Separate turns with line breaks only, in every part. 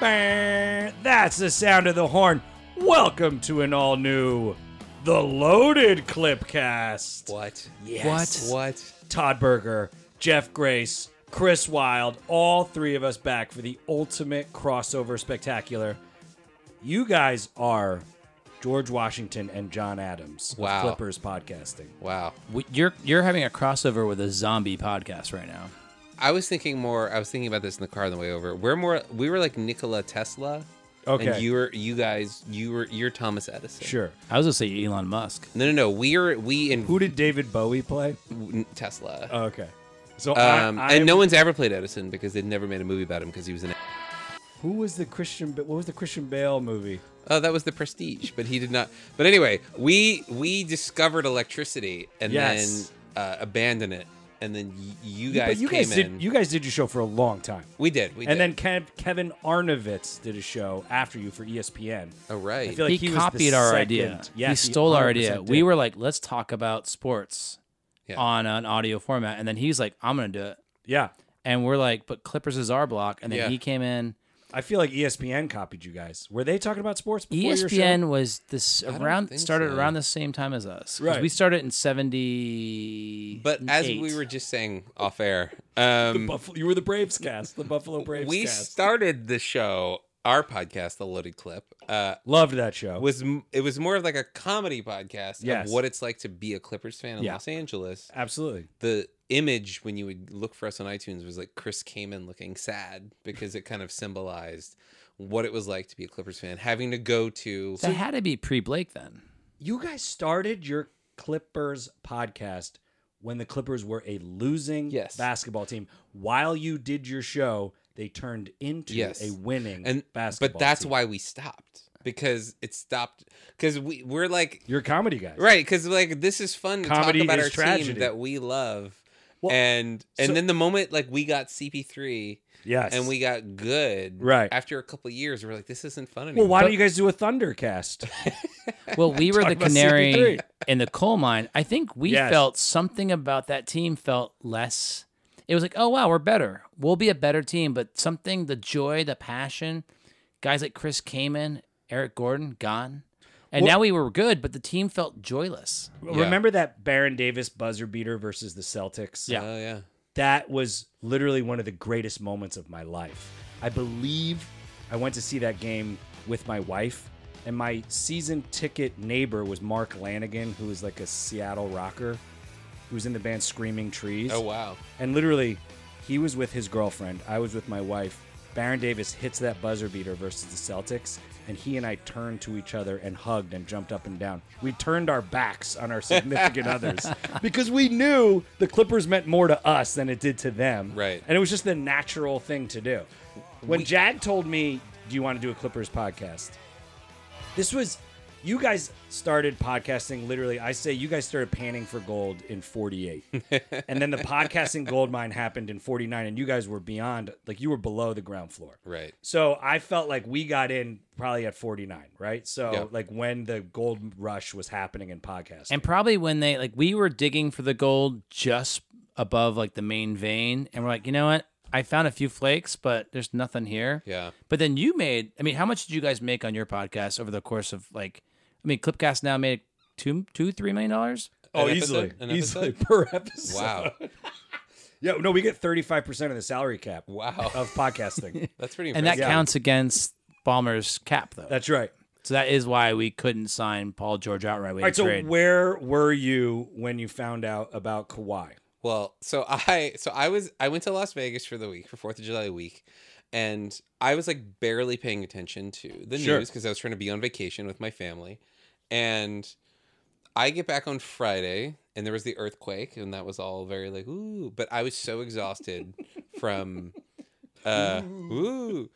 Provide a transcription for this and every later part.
Bah, That's the sound of the horn. Welcome to an all new The Loaded Clipcast.
What?
Yes.
What?
Todd Berger, Jeff Grace, Chris Wilde, all three of us back for the ultimate crossover spectacular. You guys are George Washington and John Adams of
Wow.
Clippers podcasting.
Wow.
We- You're you're having a crossover with a zombie podcast right now.
I was thinking more. I was thinking about this in the car on the way over. We're more. We were like Nikola Tesla.
Okay.
And you were. You guys. You were. You're Thomas Edison.
Sure.
I was gonna say Elon Musk.
No, no, no. We are. We in
Who did David Bowie play? Oh,
Tesla.
Okay. So
um,
I, I
and no one's ever played Edison because they'd never made a movie about him because he was an. a-
Who was the Christian? Ba- What was the Christian Bale movie?
Oh, that was the Prestige, but he did not. But anyway, we we discovered electricity and
Yes.
then uh, abandoned it, and then y- you guys
but you
came
guys
in.
did. You guys did your show for a long time,
we did. We
and
did.
then Kev, Kevin Arnovitz did a show after you for E ESPN.
Oh right.
I feel like he
he,
was the
copied our
second-
idea.
Yes,
he stole our idea.
100%
We
did.
were like, let's talk about sports
Yeah.
on an audio format, and then he's like, I'm gonna do it,
Yeah,
and we're like, but Clippers is our block, and then
Yeah.
he came in.
I feel like E ESPN copied you guys. Were they talking about sports
E
before your show?
ESPN was this around
think
started
so.
around the same time as us. 'Cause
Right.
We started in seventy.
But as we were just saying off air, um,
Buffalo, you were the Braves cast, the Buffalo Braves
we
cast.
started the show, our podcast, the Loaded Clip, uh,
Loved that show.
was m- it was more of like a comedy podcast
Yes.
of what it's like to be a Clippers fan in
Yeah.
Los Angeles.
Absolutely.
The image when you would look for us on iTunes was like Chris Kamen looking sad because it kind of symbolized what it was like to be a Clippers fan, having to go to
that had to be pre Blake then.
You guys started your Clippers podcast when the Clippers were a losing
Yes.
basketball team. While you did your show, they turned into
Yes.
a winning
and
basketball.
but that's
team.
why we stopped because it stopped because we we're like
you're comedy guys,
right because like this is fun to
Comedy
talk about
is
our
tragedy.
team that we love
Well,
and and
so-
then the moment like we got cp3
Yes.
and we got good
Right.
after a couple of years we're like this isn't fun anymore
Well, why don't you guys do a Thundercast?
Well, we were the
about
canary
CP3.
in the coal mine. I think we
Yes.
felt something about that team felt less. It was like, oh wow, we're better. We'll be a better team. But something, the joy, the passion, guys like Chris Kamen, Eric Gordon, gone, and now we were good, but the team felt joyless.
Yeah.
Remember that Baron Davis buzzer beater versus the Celtics? uh,
Yeah.
oh yeah
That was literally one of the greatest moments of my life. I believe I went to see that game with my wife, and my season ticket neighbor was Mark Lanigan, who is like a Seattle rocker who was in the band Screaming Trees.
oh wow
And literally, he was with his girlfriend. I was with my wife. Baron Davis hits that buzzer beater versus the Celtics, and he and I turned to each other and hugged and jumped up and down. We turned our backs on our significant others because we knew the Clippers meant more to us than it did to them.
Right.
And it was just the natural thing to do. When Jad told me, Do you want to do a Clippers podcast? This was, you guys started podcasting literally, I say you guys started panning for gold in 48. and then the podcasting gold mine happened in 49, and you guys were beyond, like, you were below the ground floor.
right
So I felt like we got in probably at 49, right? So,
Yeah.
like, when the gold rush was happening in podcasting.
And probably when they like we were digging for the gold just above like the main vein, and we're like, you know what? I found a few flakes, but there's nothing here.
yeah
But then you made. I mean, how much did you guys make on your podcast over the course of like? I mean, Clipcast now made two, two, three million dollars.
oh,
An
easily.
episode? An
Easily per episode.
wow
Yeah, no, we get 35% of the salary cap
wow
of podcasting.
that's pretty
and
impressive.
that counts against Balmer's cap, though.
That's right.
so that is why we couldn't sign Paul George outright. We
All
had
right,
to
so
trade.
where were you when you found out about Kawhi?
Well, so I so I was I went to Las Vegas for the week for Fourth of July week, and I was like barely paying attention to the
Sure.
news because I was trying to be on vacation with my family, and I get back on Friday and there was the earthquake and that was all very like ooh, but I was so exhausted from uh ooh,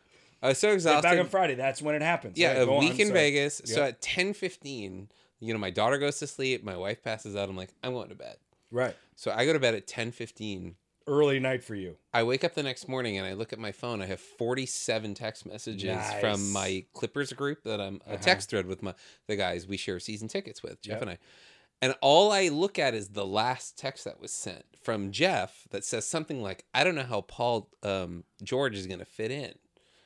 I was so
Yeah,
exhausted
Back on Friday, that's when it happens.
yeah,
Right,
a
go on,
week in
sorry.
Vegas. So
Yeah.
at ten fifteen, you know, my daughter goes to sleep, my wife passes out. I'm like I'm going to bed.
Right.
So I go to bed at ten fifteen.
Early night for you.
I wake up the next morning and I look at my phone. I have 47 text messages
Nice. Uh-huh.
from my Clippers group that I'm a text thread with my the guys we share season tickets with, Jeff
Yep.
and I. And all I look at is the last text that was sent from Jeff that says something like, "I don't know how Paul um, George is going to fit in."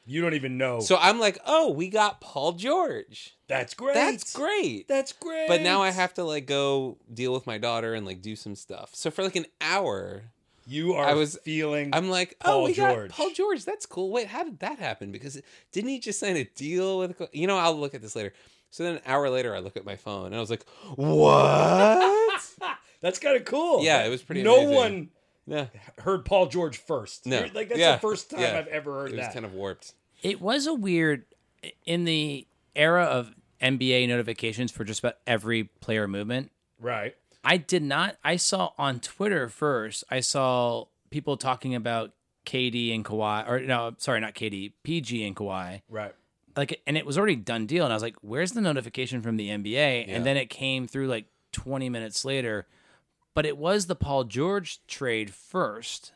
You don't even know.
So I'm like, oh, we got Paul George.
that's great.
That's great.
That's great.
But now I have to like go deal with my daughter and like do some stuff. So for like an hour,
You are.
I was-
feeling.
I'm like, oh,
Paul
we
George.
got Paul George. That's cool. Wait, how did that happen? Because didn't he just sign a deal with? You know, I'll look at this later. So then an hour later, I look at my phone and I was like, what?
that's kind of cool.
Yeah, it was pretty
No
amazing.
one
yeah,
heard Paul George first.
No.
You're- like that's
Yeah.
the first time
Yeah.
I've ever heard
it was
that.
kind of warped.
It was a weird in the era of NBA notifications for just about every player movement.
right.
I did not. I saw on Twitter first. I saw people talking about KD and Kawhi, or no, sorry, not KD, PG and Kawhi.
Right.
Like, and it was already done deal. And I was like, "Where's the notification from the NBA?"
Yeah.
And then it came through like 20 minutes later. But it was the Paul George trade first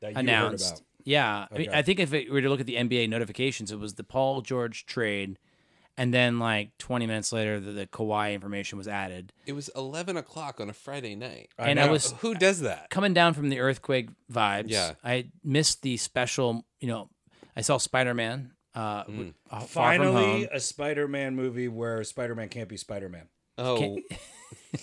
That you
announced.
heard about.
Yeah, I, mean,
Okay.
I think if it were to look at the NBA notifications, it was the Paul George trade, and then like 20 minutes later, the, the Kawhi information was added.
It was 11 o'clock on a Friday night.
I
and I
know.
was
Who does that?
coming down from the earthquake vibes.
Yeah.
I missed the special. You know, I saw Spider Man. Uh, w- uh, Far From
Mm. Finally,
Home.
a Spider-Man movie where Spider-Man can't be Spider-Man.
Oh,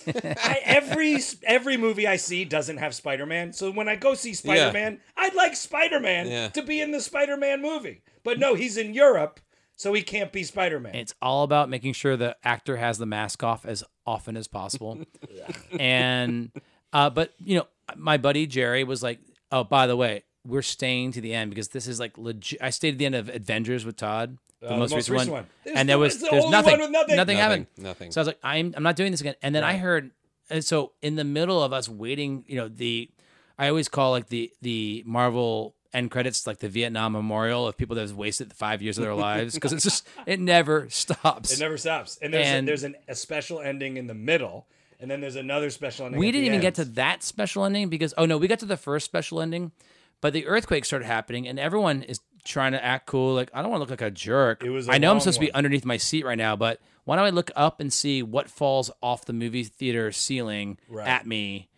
I, every every movie I see doesn't have Spider-Man, so when I go see Spider-Man, I'd like Spider-Man
Yeah.
to be in the Spider-Man movie. But no, he's in Europe, so he can't be Spider-Man.
It's all about making sure the actor has the mask off as often as possible. and uh, but you know, my buddy Jerry was like, "Oh, by the way, we're staying to the end because this is like legit." I stayed to the end of Avengers with Todd, the,
Uh,
most, recent, one,
There's
and there
no-
was
it's the
there's
only
nothing,
one with nothing.
nothing happened.
nothing. Nothing.
So I was like, I'm I'm not doing this again. And then I heard, and so in the middle of us waiting, you know, the I always call like the the Marvel end credits like the Vietnam memorial of people that have wasted five years of their lives because it's just it never stops.
It never stops. And there's
And-
a, there's an, a special ending in the middle, and then there's another special ending.
we
at the
didn't even get to
end.
that special ending because oh no, we got to the first special ending, but the earthquake started happening and everyone is trying to act cool. Like I don't want to look like a jerk.
It was a
I know I'm
long
supposed to be
one.
underneath my seat right now, but why don't I look up and see what falls off the movie theater ceiling
Right.
at me?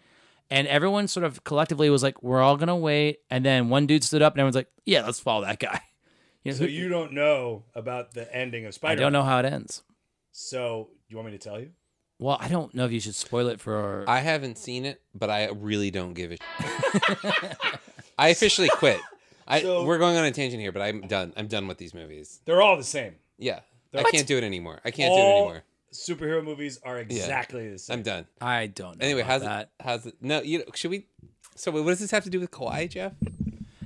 And everyone sort of collectively was like, "We're all gonna wait." And then one dude stood up and everyone's like, "Yeah, let's follow that guy." You know,
So
who-
you don't know about the ending of
I
Spider-Man.
don't know how it ends.
So you want me to tell you?
Well, I don't know if you should spoil it for. Our...
I haven't seen it, but I really don't give a. shit. I officially quit. I,
So-
we're going on a tangent here, but I'm done. I'm done with these movies.
They're all the same.
Yeah, I
What?
can't do it anymore. I can't do it
All
anymore.
Superhero movies are exactly the same.
I'm done.
I don't know.
Anyway,
about
how's
that?
it? How's it? No, you know, should we? So, what does this have to do with Kawhi, Jeff?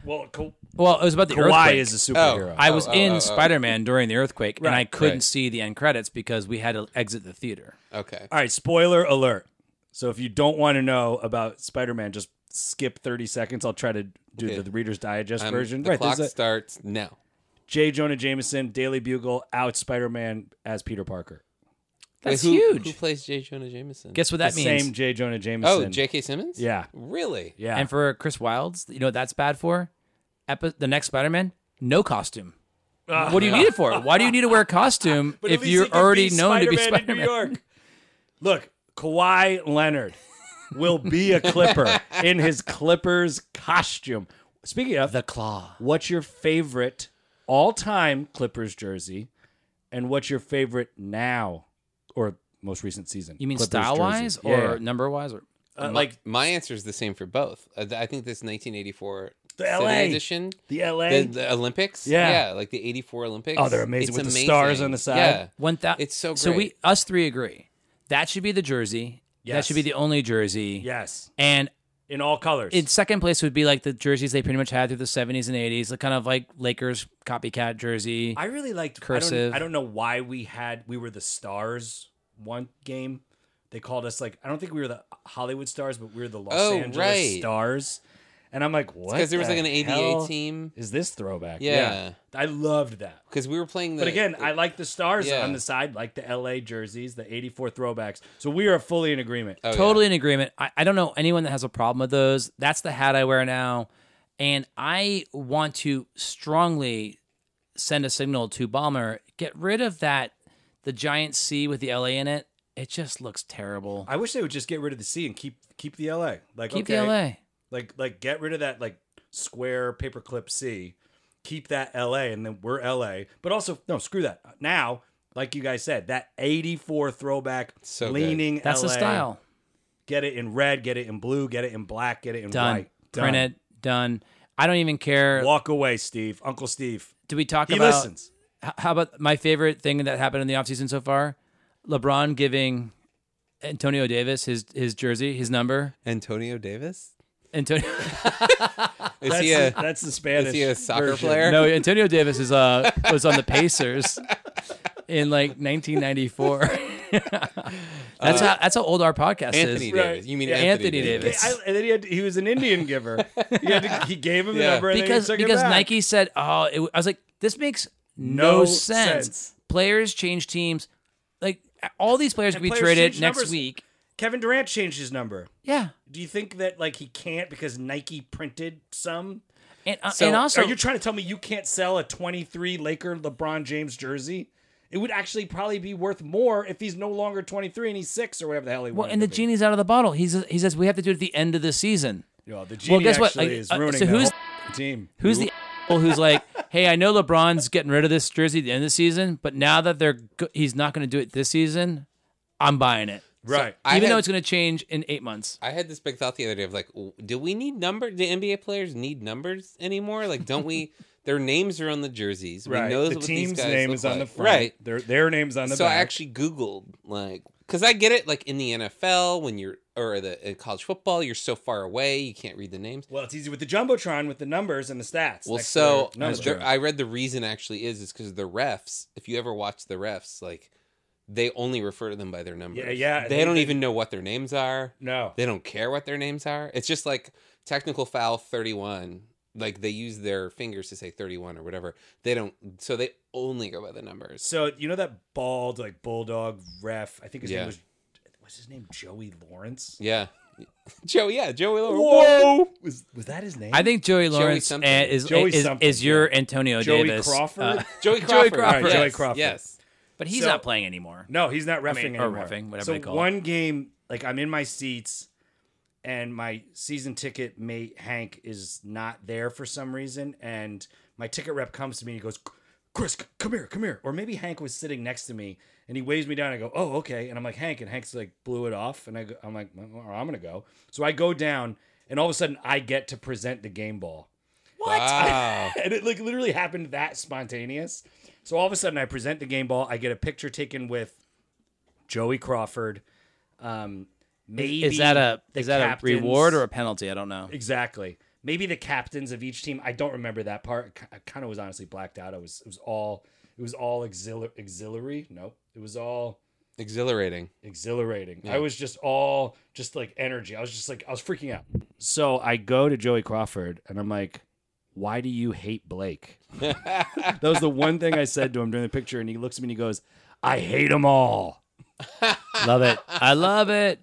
Well, Ka-
Well, it was about the earthquake.
a superhero.
I was
Oh, oh,
in
oh, oh.
Spider Man during the earthquake, and I
Right,
couldn't
right.
see the end credits because we had to exit the theater.
Okay.
All right, spoiler alert. So if you don't want to know about Spider-Man, just skip 30 seconds. I'll try to do
Okay.
the Reader's Digest
Um,
version.
The
right,
clock
there's a
starts now.
J. Jonah Jameson, Daily Bugle, out Spider-Man as Peter Parker.
That's
Wait, who,
huge.
Who plays J. Jonah Jameson?
Guess what that
the
means?
same J. Jonah Jameson.
oh, J.K. Simmons.
Yeah.
Really?
Yeah.
And for Chris Wilds, you know what that's bad for? Epi- the next Spider Man, no costume. what do you need it for? Why do you need to wear a costume
Uh. But at
if
least
you're
he could
already
be
known to be
Spider-Man
Spider
in New
Man?
York. Look, Kawhi Leonard will be a Clipper in his Clippers costume. Speaking of,
The Claw.
what's your favorite all-time Clippers jersey, and what's your favorite now or most recent season?
You mean
Clippers
style wise
jersey?
or
Yeah, yeah.
number wise? Or
Uh,
My-
like
my answer is the same for both. Uh, th- I think this 1984
The
City
LA.
edition,
the LA?
the, the Olympics.
Yeah.
like the 84 Olympics.
Oh, they're amazing
It's
with the stars on the side.
Yeah.
one thousand.
It's so
So we
great.
us three agree that should be the jersey. That
Yes.
should be the only jersey.
yes,
And
in all colors.
in second place would be like the jerseys they pretty much had through the 70s and 80s, like kind of like Lakers copycat jersey.
I really liked I
Cursive.
don't, I don't know why we had we were the stars one game. They called us like I don't think we were the Hollywood stars, but we were the Los
Oh,
Angeles
right.
stars. And I'm like, what?
Because there was
the
like an ABA
hell
team.
Is this throwback?
Yeah.
I loved that.
Because we were playing the.
But again, I like the stars
Yeah.
on the side, like the LA jerseys, the 84 throwbacks. So we are fully in agreement.
Oh, yeah.
totally in agreement. I, I don't know anyone that has a problem with those. That's the hat I wear now. And I want to strongly send a signal to Balmer get rid of that, the giant C with the LA in it. It just looks terrible.
I wish they would just get rid of the C and keep keep the LA. Like
Keep
okay,
the LA.
Like like get rid of that like square paperclip C keep that LA and then we're LA. But also, no, screw that. Now, like you guys said, that 84 throwback
So good.
leaning
That's the
LA.
style.
Get it in red, get it in blue, get it in black, get it in
Done.
white.
Print it. Done. I don't even care.
Walk away, Steve. Uncle Steve.
Do we talk
He
about?
listens.
h- How about my favorite thing that happened in the offseason so far? LeBron giving Antonio Davis his his jersey, his number.
Antonio Davis?
Antonio.
Is
That's,
he
the,
a
that's the Spanish.
is he a soccer
version.
player?
No, Antonio Davis is uh was on the Pacers in like 1994. that's how that's how old our podcast
Anthony
is.
Right.
Davis. You mean
Yeah,
Anthony,
Anthony
Davis.
Davis.
I, and then he, had, he was an Indian giver. He, had to, he gave him the
Yeah.
number and
Because
then he took
because
it back.
Nike said, "Oh, it, w-" I was like, this makes no,
No
sense.
sense.
Players change teams. Like all these players could be
players
traded
change
next
numbers.
week."
Kevin Durant changed his number.
Yeah.
Do you think that like he can't because Nike printed some?
And, uh,
So
and also
are you trying to tell me you can't sell a 23 Laker LeBron James jersey? It would actually probably be worth more if he's no longer 23 and he's six or whatever the hell he
well,
wanted
and the
to be.
genie's out of the bottle. He's he says we have to do it at the end of the season.
Yeah, the genie
guess what?
actually
Like,
is
uh,
ruining
so
the
who's-
whole team.
Who's the asshole who's like, hey, I know LeBron's getting rid of this jersey at the end of the season, but now that they're go- he's not going to do it this season, I'm buying it,
right?
I
even
had,
though it's going to change in eight months.
I had this big thought the other day of like, w- do we need number? Do NBA players need numbers anymore? Like, don't we? their names are on the jerseys. We
right.
know
the
what these
team's
guys
name
look
is on the
like.
front.
Right.
Their their name's on the
so
back.
I actually Googled like because I get it like in the NFL when you're or the in college football you're so far away you can't read the names.
well, it's easy with the jumbotron with the numbers and the stats.
Well,
next to
so
their number.
there- I read the reason actually is is because the refs. If you ever watch the refs, like they only refer to them by their numbers.
Yeah, yeah, I
They
think
don't
they-
even know what their names are.
no,
They don't care what their names are. It's just like technical foul thirty one. Like they use their fingers to say thirty one or whatever. They don't. So they only go by the numbers.
So you know that bald like bulldog ref? I think his
Yeah.
name was was his name Joey Lawrence.
Yeah. Joe, yeah, Joey. Lawrence.
was was that his name?
I think Joey Lawrence
something.
uh, is,
Joey
is,
something,
is your Antonio
Joey
Oh, Davis,
Crawford.
uh,
Joey
Joey
Crawford.
Crawford.
Yes,
Joey Crawford.
Yes.
but he's
So-
not playing anymore.
no, he's not refing
mean, or
anymore.
reffing, whatever
so
they call it.
one game, like I'm in my seats, and my season ticket mate Hank is not there for some reason, and my ticket rep comes to me and he goes, "Chris, c- come here, come here," or maybe Hank was sitting next to me and he waves me down. And I go, "Oh, okay," and I'm like Hank, and Hank's like blew it off, and I go, I'm like, well, "I'm gonna go," so I go down, and all of a sudden I get to present the game ball.
What?
Wow.
and it like literally happened that spontaneous. So all of a sudden, I present the game ball. I get a picture taken with Joey Crawford. Um, maybe
is that a
the
is that
captains-
a reward or a penalty? I don't know.
exactly? Maybe the captains of each team. I don't remember that part. I kind of was honestly blacked out. I was. It was all. It was all exhilar- auxiliary. Nope. It was all
Exhilarating.
exhilarating. I was just all just like energy. I was just like I was freaking out. So I go to Joey Crawford and I'm like, "Why do you hate Blake?" that was the one thing I said to him during the picture, and he looks at me and he goes, "I hate them all."
love it. I love it.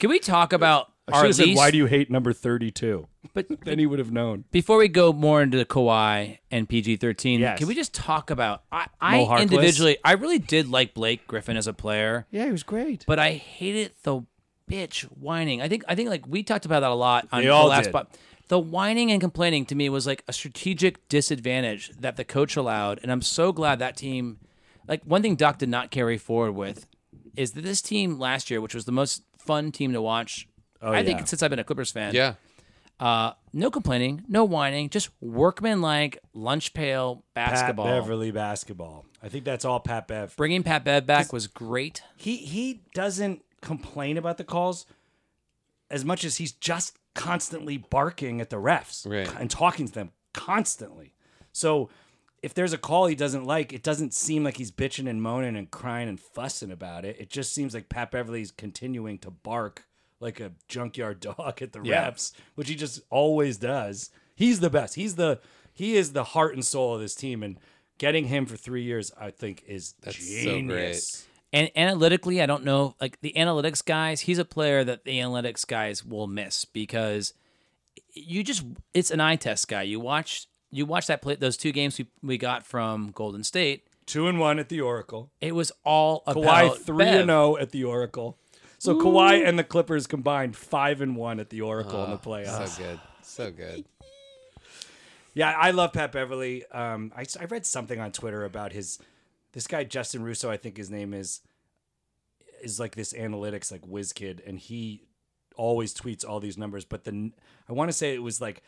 Can we talk about
I
our
should have said,
least?
"Why do you hate number 32?"
but
Then he would have known.
Before we go more into the Kawhi and PG thirteen,
Yes.
can we just talk about I, I
Mo Harkless?
individually I really did like Blake Griffin as a player,
Yeah, he was great.
but I hated the bitch whining. I think I think like we talked about that a lot on
They
the
all
last
did.
spot. The whining and complaining to me was like a strategic disadvantage that the coach allowed, and I'm so glad that team. Like one thing Doc did not carry forward with is that this team last year, which was the most fun team to watch. I
Oh, yeah.
think since I've been a Clippers fan,
Yeah.
uh, no complaining, no whining, just workman like lunch pail
Pat
basketball.
Beverly basketball. I think that's all Pat Bev.
Bringing Pat Bev back was great.
He he doesn't complain about the calls as much as he's just constantly barking at the refs
Right.
and talking to them constantly. So if there's a call he doesn't like, it doesn't seem like he's bitching and moaning and crying and fussing about it. It just seems like Pat Beverly's continuing to bark like a junkyard dog at the
Yeah.
refs, which he just always does. He's the best. He's the he is the heart and soul of this team and getting him for 3 years I think is
That's so great.
genius.
And analytically, I don't know, like the analytics guys, he's a player that the analytics guys will miss because you just it's an eye test guy. You watch you watch that play those two games we, we got from Golden State.
Two and one at the Oracle.
It was all about
Kawhi three
Bev.
and oh. zero at the Oracle. So Kawhi and the Clippers combined five and one at the Oracle in the playoffs.
So good. So good.
Yeah, I love Pat Beverly. Um, I, I read something on Twitter about his this guy Justin Russo, I think his name is, is like this analytics like whiz kid, and he always tweets all these numbers. But then I want to say it was like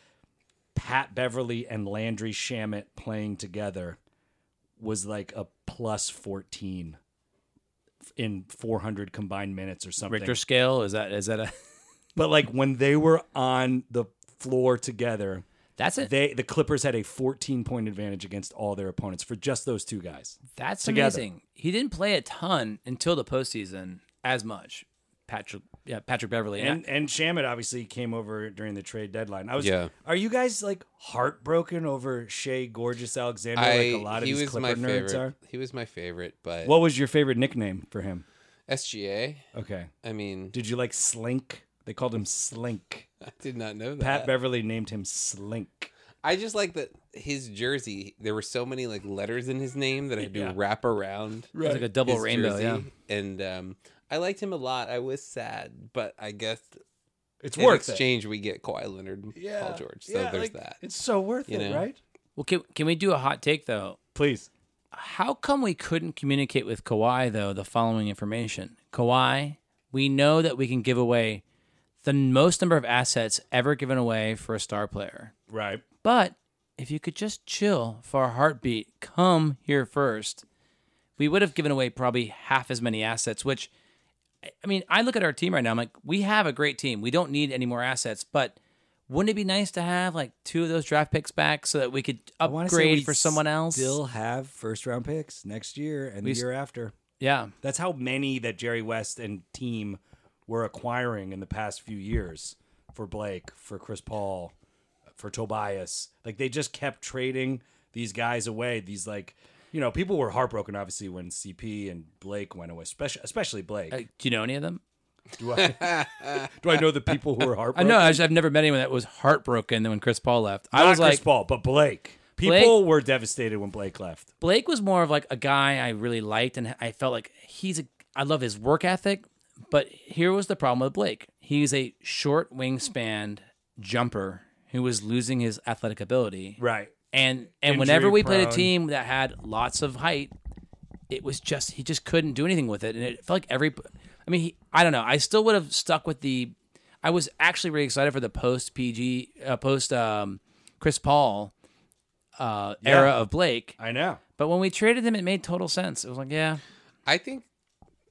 Pat Beverly and Landry Shamit playing together was like a plus fourteen in 400 combined minutes or something
Richter scale is that is that a
but like when they were on the floor together
that's a
they the Clippers had a 14 point advantage against all their opponents for just those two guys.
That's
together.
amazing. He didn't play a ton until the postseason as much. Patrick, yeah, Patrick Beverly. And,
And and Shamit obviously came over during the trade deadline. I was
Yeah.
Are you guys like heartbroken over Shea Gorgeous Alexander like a lot of
he
these
was
Clipper
my
nerds
favorite.
are?
He was my favorite, but
What was your favorite nickname for him?
SGA.
Okay.
I mean,
Did you like Slink? They called him Slink.
I did not know that.
Pat Beverly named him Slink.
I just like that his jersey. There were so many like letters in his name that I had to
Yeah.
wrap around.
it was like a double
his
rainbow.
jersey.
Yeah,
and um, I liked him a lot. I was sad, but I guess
It's
in
worth it.
exchange we get Kawhi Leonard, and Paul George. So
yeah,
there's
like,
that.
It's so worth
You
it,
know?
right?
Well, can, can we do a hot take though?
Please.
How come we couldn't communicate with Kawhi though? The following information: Kawhi, we know that we can give away the most number of assets ever given away for a star player.
Right.
But if you could just chill for a heartbeat, come here first. We would have given away probably half as many assets, which I- I mean, I look at our team right now, I'm like, we have a great team. We don't need any more assets, but wouldn't it be nice to have like two of those draft picks back so that we could
I wanna say we
upgrade for someone else?
Still have first round picks next year and the year after.
yeah.
That's how many that Jerry West and team were acquiring in the past few years for Blake, for Chris Paul, for Tobias. Like they just kept trading these guys away. These like you know people were heartbroken obviously when CP and Blake went away, especially especially Blake.
Uh, do you know any of them?
do I do I know the people who were
I
heartbroken?
know. I just, I've never met anyone that was heartbroken when Chris Paul left. I
Not
was
Chris
like,
Paul, but Blake.
Blake-
People were devastated when Blake left.
Blake was more of like a guy I really liked, and I felt like he's a. I love his work ethic, but here was the problem with Blake. He's a short wingspan jumper who was losing his athletic ability,
Right.
and and whenever we played a
Injury-prone.
team that had lots of height, it was just he just couldn't do anything with it, and it felt like every. I mean, he, I don't know. I still would have stuck with the. I was actually really excited for the post PG uh, post um, Chris Paul uh, era of Blake.
I know.
But when we traded him, it made total sense. It was like, yeah,
I think.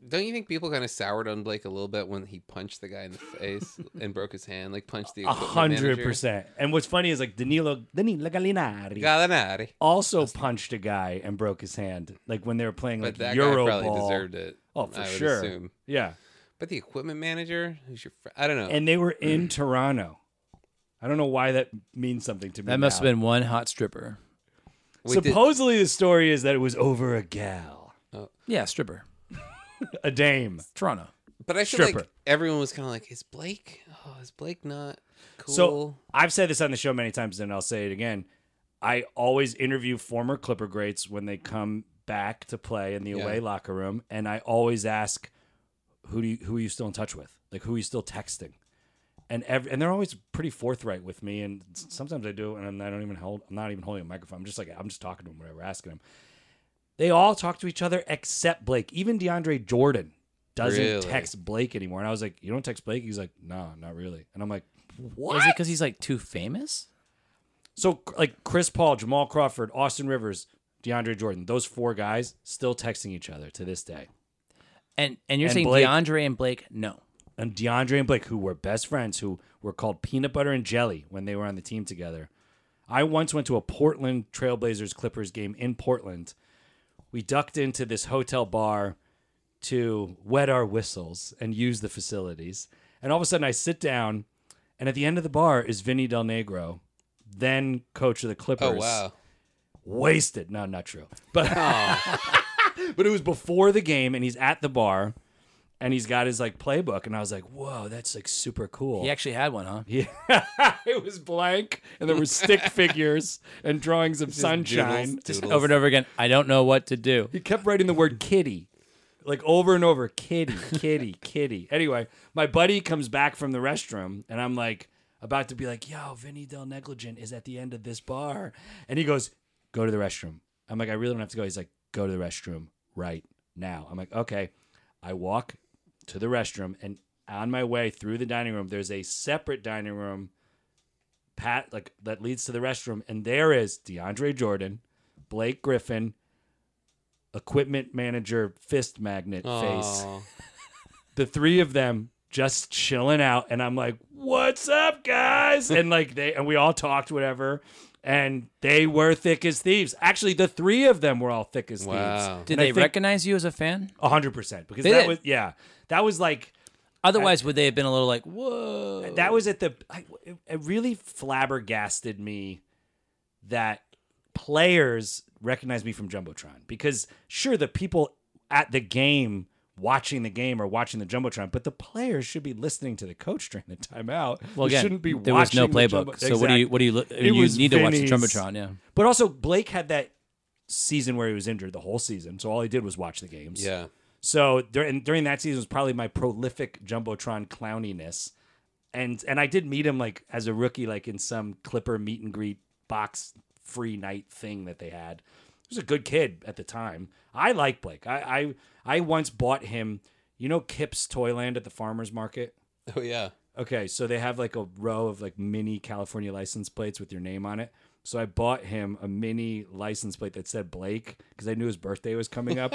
Don't you think people kind of soured on Blake a little bit when he punched the guy in the face and broke his hand, like punched the
A
equipment
hundred
manager?
percent. And what's funny is like Danilo Danilo Gallinari
Gallinari.
also punched a guy and broke his hand. Like when they were playing like
But that
Euro
guy probably
ball.
deserved it.
Oh, for
I would
sure.
Assume.
Yeah,
But the equipment manager, who's your friend? I don't know.
and they were in Toronto. I don't know why that means something to me.
that must have
now.
been one hot stripper.
Wait, did-
Supposedly, the story is that it was over a gal,
Yeah, stripper.
a dame.
Toronto.
but I feel like
stripper.
everyone was kind of like, is Blake? Oh, is Blake not cool?
So I've said this on the show many times, and I'll say it again. I always interview former Clipper greats when they come back to play in the away locker room, and I always ask, "Who do you, who are you still in touch with? Like who are you still texting?" And every, and they're always pretty forthright with me, and s- sometimes I do, and I'm, I don't even hold. I'm not even holding a microphone. I'm just like I'm just talking to them, whatever, asking them. They all talk to each other except Blake. Even DeAndre Jordan doesn't
Really?
text Blake anymore. And I was like, "You don't text Blake?" He's like, "No, not really." And I'm like, "What?"
Is it because he's like too famous?
So like Chris Paul, Jamal Crawford, Austin Rivers, DeAndre Jordan, those four guys still texting each other to this day.
And and you're
And
saying
Blake-
DeAndre and Blake? No.
And DeAndre and Blake, who were best friends, who were called peanut butter and jelly when they were on the team together. I once went to a Portland Trailblazers Clippers game in Portland. We ducked into this hotel bar to wet our whistles and use the facilities. And all of a sudden I sit down and at the end of the bar is Vinny Del Negro, then coach of the Clippers.
oh wow,
wasted. No, not true. But
Oh.
but it was before the game, and he's at the bar, and he's got his like playbook, and I was like, whoa, that's like super cool.
He actually had one, huh?
Yeah. it was blank, and there were stick figures and drawings of sunshine.
doodles,
Just-
doodles.
Over and over again. I don't know what to do.
he kept writing the word kitty. Like over and over, kitty, kitty, kitty. Anyway, my buddy comes back from the restroom, and I'm like, about to be like, yo, Vinny Del Negligent is at the end of this bar. And he goes, go to the restroom. I'm like, I really don't have to go. He's like, go to the restroom right now. I'm like, okay. I walk to the restroom and on my way through the dining room, there's a separate dining room pat like that leads to the restroom, and there is DeAndre Jordan, Blake Griffin, equipment manager fist magnet face.
Aw.
The three of them just chilling out, and I'm like, "What's up, guys?" and like they and we all talked whatever, and they were thick as thieves. Actually, the three of them were all thick as
Wow.
thieves.
Did
And I
they
think-
recognize you as a fan?
A hundred percent because
They
that
did.
was yeah that was like
Otherwise, would they have been a little like, whoa?
that was at the I, it- it really flabbergasted me that players recognize me from jumbotron because sure the people at the game watching the game or watching the jumbotron but the players should be listening to the coach during the timeout You
well, again,
shouldn't be
there was
watching
no
the
playbook.
Jumbo-
so what do you
Exact-
what do you look? I
It
mean, you
was
need
Vinny's-
to watch the jumbotron. Yeah,
but also blake had that season where he was injured the whole season so all he did was watch the games
yeah.
so during during that season was probably my prolific jumbotron clowniness, and and I did meet him like as a rookie, like in some Clipper meet and greet box free night thing that they had. He was a good kid at the time. I like Blake. I I, I once bought him. You know Kip's Toyland at the farmers market.
Oh yeah.
Okay, so they have like a row of like mini California license plates with your name on it. So I bought him a mini license plate that said Blake because I knew his birthday was coming up.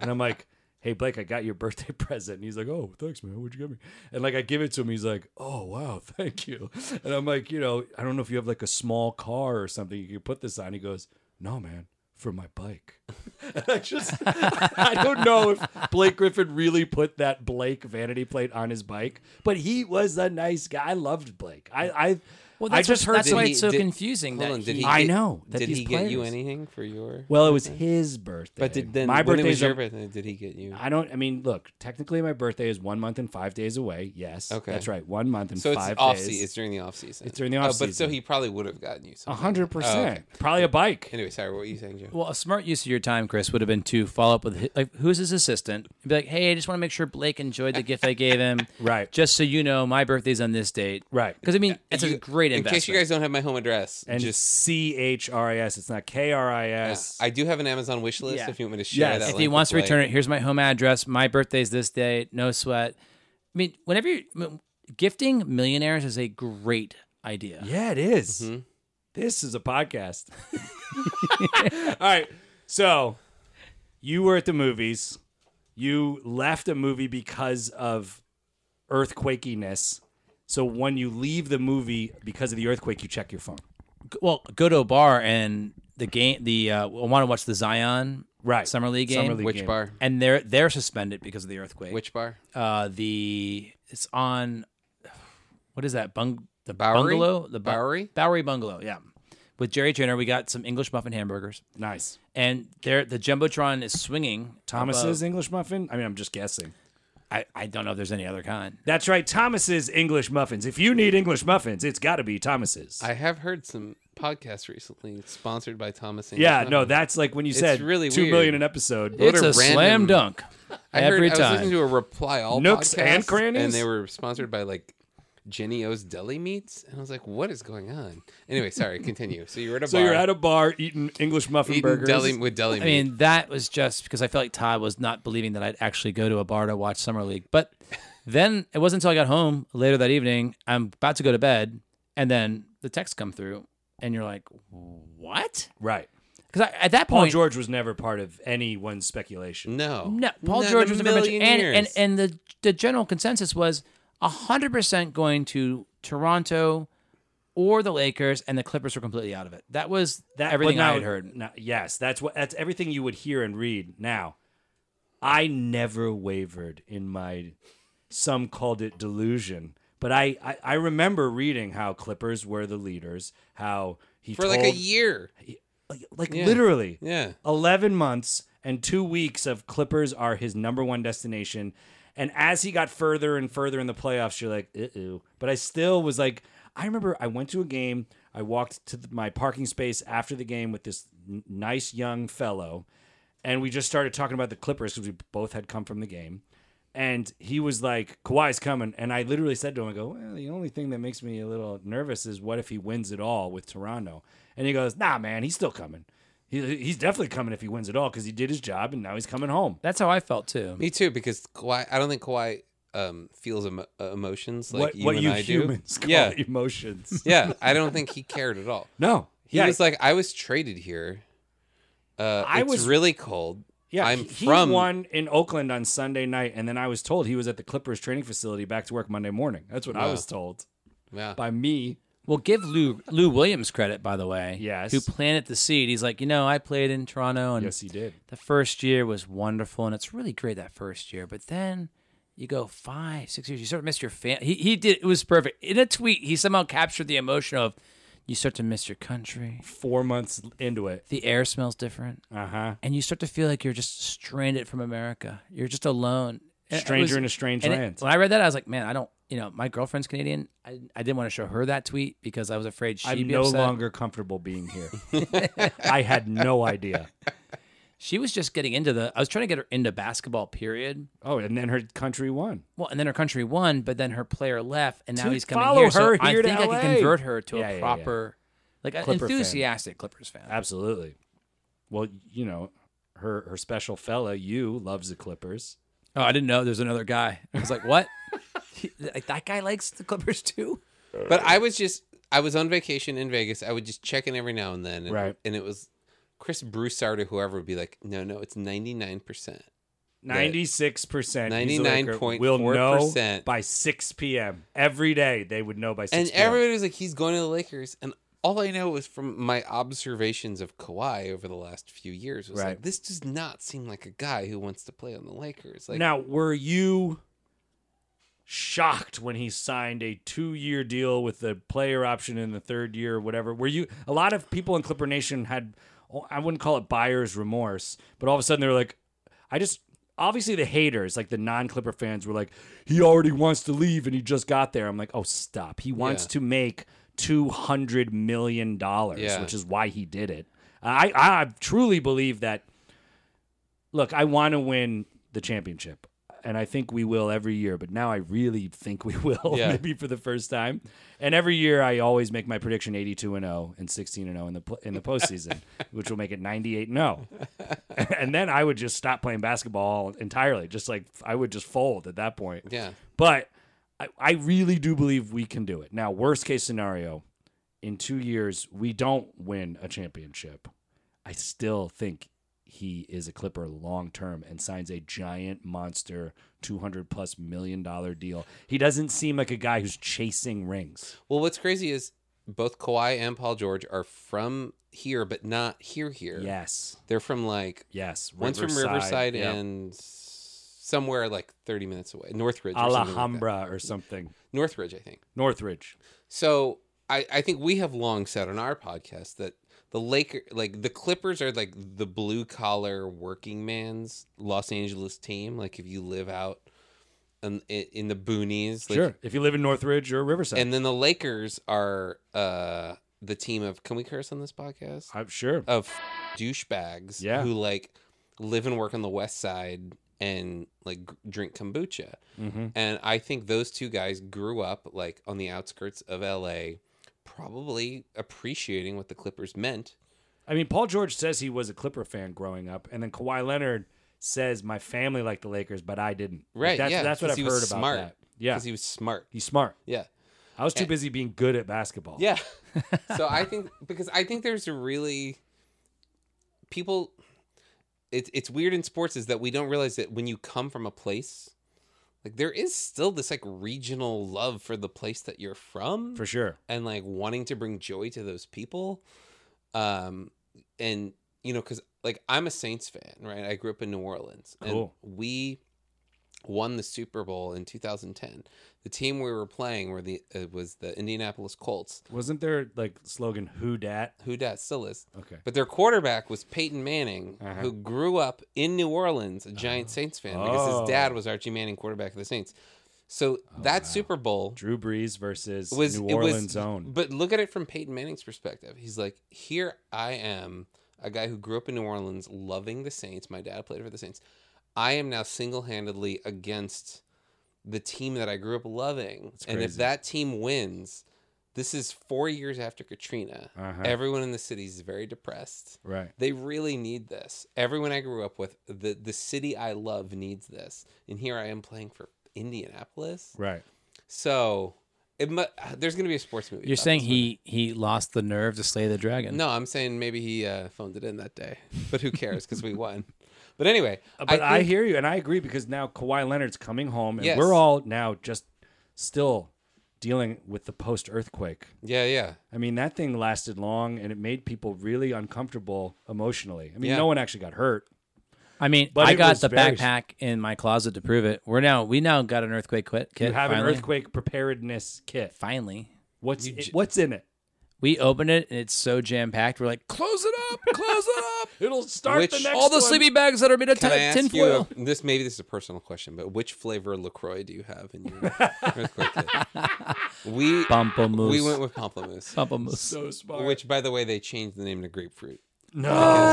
and I'm like, hey, Blake, I got your birthday present. And he's like, oh, thanks, man. What'd you get me? And like, I give it to him. He's like, oh, wow, thank you. And I'm like, you know, I don't know if you have like a small car or something you can put this on. He goes, no, man, for my bike. And I just, I don't know if Blake Griffin really put that Blake vanity plate on his bike, but he was a nice guy. I loved Blake. I, I,
Well,
I
that's
just
what-
heard
that's
that
why
he-
it's so
did-
confusing.
Hold
that
on, did
he-
he?
I
get-
know that
Did
these
he get you
players-
anything for your?
Well, it was his birthday.
but did then
my
when
birthday
it was
is
your
a-
birthday? Did he get you?
I don't. I mean, look. Technically, my birthday is one month and five days away. Yes,
Okay.
that's right. One month and
So it's
five
off season.
days.
It's during the off season.
It's during the
Oh, But so
off-season. Uh-huh.
he probably would have gotten you.
A
something.
hundred percent. Probably a bike.
Anyway, sorry. What were you saying, Joe?
Well, a smart use of your time, Chris, would have been to follow up with hi- like, who's his assistant? And be like, hey, I just want to make sure Blake enjoyed the gift I gave him.
Right.
Just so you know, my birthday's on this date.
Right.
Because I mean, it's
You-
a great
In
investment.
case you guys don't have my home address,
And
just
C H R I S. It's not K R I S.
I do have an Amazon wish list.
Yeah.
If you want me to share
Yes.
that,
If
if he
link
wants to
with
return
Blake.
it, here's my home address. My birthday's this day. No sweat. I mean, whenever you're I mean, gifting millionaires is a great idea.
Yeah, it is.
Mm-hmm.
This is a podcast. All right. So you were at the movies. You left a movie because of earthquakiness. So when you leave the movie because of the earthquake, you check your phone.
G- Well, go to a bar and the game, the uh, I want to watch the Zion
Right.
summer league game,
Summer league
which
game.
bar?
and they're they're suspended because of the earthquake.
Which bar?
uh, the it's on what is that bung the
Bowery?
bungalow the bu-
Bowery?
Bowery bungalow yeah with Jerry Trainer we got some English muffin hamburgers
Nice.
and there the jumbotron is swinging
Thomas's English muffin? I mean, I'm just guessing.
above- I I don't know if there's any other kind
That's right, Thomas's English muffins. If you need English muffins, it's got to be Thomas's.
I have heard some podcasts recently sponsored by Thomas. English
yeah, no,
Muffin.
that's like when you said
really
two
weird.
million an episode.
What
it's a,
a
slam
random-
dunk
I heard,
every
I was
time
listening to a reply all
Nooks
podcast,
and Crannies?
and they were sponsored by like Jenny O's Deli Meats, and I was like, "What is going on?" Anyway, sorry, continue. So you were at a
So
bar,
you're at a bar eating English muffin
eating
burgers.
deli with deli
I
meat.
mean that was just because I felt like Todd was not believing that I'd actually go to a bar to watch summer league but then it wasn't until I got home later that evening I'm about to go to bed and then the text come through and you're like what
right.
Because at that
Paul
point,
George was never part of anyone's speculation.
no,
no, Paul
Not in a
George was never mentioned,
million
and, and
years.
and the the general consensus was hundred percent going to Toronto or the Lakers, and the Clippers were completely out of it. That was
That
everything
but now-
I had heard.
now- yes, that's what that's everything you would hear and read. Now, I never wavered in my. Some called it delusion, but I I, I remember reading how Clippers were the leaders. How he
for like a
told-
year.
like, like literally
Yeah,
11 months and two weeks of Clippers are his number one destination. And as he got further and further in the playoffs, you're like, ooh. But I still was like, I remember I went to a game. I walked to th- my parking space after the game with this n- nice young fellow. And we just started talking about the Clippers because we both had come from the game. and he was like, Kawhi's coming. And I literally said to him, I go, well, the only thing that makes me a little nervous is what if he wins it all with Toronto? And he goes, nah, man, he's still coming. He, he's definitely coming if he wins it all because he did his job and now he's coming home.
That's how I felt too.
Me too, because Kawhi. I don't think Kawhi um, feels emo- uh, emotions like
what
you
what
and
you
I
humans
do.
call
yeah,
emotions.
yeah. I don't think he cared at all.
No.
He
yeah,
was like, I was traded here. Uh,
I
it's
was-
really cold.
yeah,
I'm
he,
from.
he won in Oakland on Sunday night, and then I was told he was at the Clippers training facility back to work Monday morning. That's what I
Wow.
was told
Yeah.
by me.
Well, give Lou Lou Williams credit, by the way.
Yes.
Who planted the seed? He's like, you know, I played in Toronto, and
Yes, he did.
the first year was wonderful, and it's really great that first year. But then you go five, six years, you sort of miss your fan. He he did it was perfect in a tweet. He somehow captured the emotion of you start to miss your country.
Four months into it.
The air smells different,
Uh huh.
and you start to feel like you're just stranded from America. You're just alone. And it
Stranger
was-
in a strange
and it-
land.
when I read that, I was like, man, I don't. You know, my girlfriend's Canadian. I, I didn't want to show her that tweet because I was afraid she'd
I'm
be
no
upset.
longer comfortable being here. I had no idea.
She was just getting into the. I was trying to get her into basketball. Period.
Oh, and then her country won.
Well, and then her country won, but then her player left, and now
Dude,
he's coming
follow
here. so
her
I
here to
think I
LA.
can convert her to
Yeah, yeah,
a
yeah.
proper, like an
Clipper fan.
enthusiastic Clippers fan.
Absolutely. Well, you know, her her special fella, you loves the Clippers.
Oh, I didn't know there's another guy. I was like, what? He- like that guy likes the Clippers too.
But I was just I was on vacation in Vegas. I would just check in every now and then. And,
Right.
And it was Chris Broussard or whoever would be like, No, no, it's ninety nine percent.
Ninety six percent,
99.4%
will know by six p.m. every day. They would know by six.
And
p.m.
everybody was like, He's going to the Lakers and all I know was from my observations of Kawhi over the last few years was
Right.
like this does not seem like a guy who wants to play on the Lakers. Like
now, were you shocked when he signed a two-year deal with the player option in the third year or whatever? Were you a lot of people in Clipper Nation had oh, I wouldn't call it buyer's remorse, but all of a sudden they were like, I just obviously the haters, like the non-Clipper fans, were like, he already wants to leave and he just got there. I'm like, oh stop, he wants
Yeah.
to make two hundred million dollars,
Yeah.
which is why he did it. I I truly believe that look, I want to win the championship, and I think we will every year. But now I really think we will,
Yeah.
maybe for the first time. And every year, I always make my prediction eighty-two and zero and sixteen and zero in the pl- in the postseason, which will make it ninety-eight and zero. And then I would just stop playing basketball entirely, just like I would just fold at that point.
Yeah.
But I, I really do believe we can do it. Now, worst case scenario, in two years, we don't win a championship. I still think he is a Clipper long term and signs a giant monster 200 plus million dollar deal. He doesn't seem like a guy who's chasing rings.
Well, what's crazy is both Kawhi and Paul George are from here, but not here here.
Yes.
They're from like
Yes.
One's from Riverside
yeah.
and somewhere like 30 minutes away, Northridge. Or something like
Alhambra or something.
that. Northridge, I think.
Northridge.
So I, I think we have long said on our podcast that the Laker, like the Clippers, are like the blue collar working man's Los Angeles team. Like if you live out in, in the boonies, like,
sure. If you live in Northridge or Riverside.
And then the Lakers are uh the team of. Can we curse on this podcast?
I'm Uh, sure.
of douchebags
Yeah.
who like live and work on the west side and like gr- drink kombucha.
mm-hmm.
And I think those two guys grew up like on the outskirts of LA, probably appreciating what the Clippers meant.
I mean, Paul George says he was a Clipper fan growing up, and then Kawhi Leonard says my family liked the Lakers, but I didn't. Like,
Right,
that's,
yeah,
that's what
'cause
I've
he
heard
was
about
smart.
that. Yeah,
Cuz he was smart.
he's smart.
Yeah.
I was too busy being good at basketball.
Yeah. so I think because I think there's a really people it's it's weird in sports is that we don't realize that when you come from a place like there is still this like regional love for the place that you're from
for sure.
and like wanting to bring joy to those people um and you know cuz like I'm a Saints fan, right? I grew up in New Orleans
Cool.
and we won the Super Bowl in 2010. The team we were playing were the uh, was the Indianapolis Colts
Wasn't there like slogan "Who dat"?
who dat still is.
Okay,
But their quarterback was Peyton Manning,
Uh-huh.
who grew up in New Orleans, a giant Saints fan, because
Oh.
his dad was Archie Manning, quarterback of the Saints. So that Super Bowl
Drew Brees versus
was
New
it was-
Orleans own.
But look at it from Peyton Manning's perspective. He's like, here I am, a guy who grew up in New Orleans, loving the Saints. My dad played for the Saints. I am now single handedly against the team that I grew up loving. And if
crazy.
that team wins, this is four years after Katrina.
Uh-huh.
Everyone in the city is very depressed.
Right.
They really need this. Everyone I grew up with, the, the city I love needs this. And here I am playing for Indianapolis.
Right.
So it mu- there's going to be a sports movie.
You're
about
saying
this
he he lost the nerve to slay the dragon.
no, I'm saying maybe he uh, phoned it in that day, but who cares? Because we won. But anyway,
Uh,
But I,
think-
hear you, and I agree because now Kawhi Leonard's coming home, and
Yes.
we're all now just still dealing with the post earthquake.
yeah, yeah,
I mean, that thing lasted long, and it made people really uncomfortable emotionally. I mean,
Yeah.
no one actually got hurt.
I mean,
But
I
it
got
was
the
very-
backpack in my closet to prove it. We're now we now got an earthquake quit kit.
You have
finally.
an earthquake preparedness kit.
Finally,
What's it- what's in it?
we open it and it's so jam packed. We're like, close it up, close it up.
It'll start
Which-
the next
All the
one.
sleepy bags that are made of
Can I
tin,
ask
tinfoil.
you? A, this maybe this is a personal question, but which flavor Lacroix do you have in your earthquake kit? We
Pamplemousse.
we went with pamplemousse,
Pamplemousse.
So smart.
which by the way they changed the name to grapefruit.
no,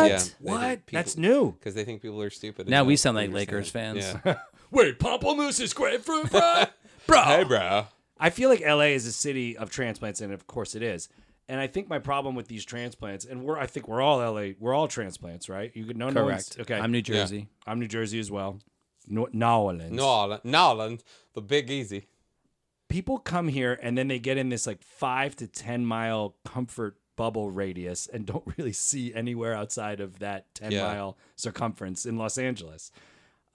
yeah, they
what?
did. People-
That's new.
Because they think people are stupid. and
now we
don't
sound like
understand.
Lakers fans.
Yeah.
Wait, pamplemousse is grapefruit, bro. bro.
hey, bro.
I feel like LA is a city of transplants, and of course it is. And I think my problem with these transplants, and we're I think we're all LA, we're all transplants, right? You could no, no one's-
Correct.
okay,
I'm New Jersey.
I'm New Jersey as well. No, New Orleans.
New Orleans, New Orleans, the Big Easy.
People come here and then they get in this like five to ten mile comfort bubble radius and don't really see anywhere outside of that ten
Yeah.
mile circumference in Los Angeles.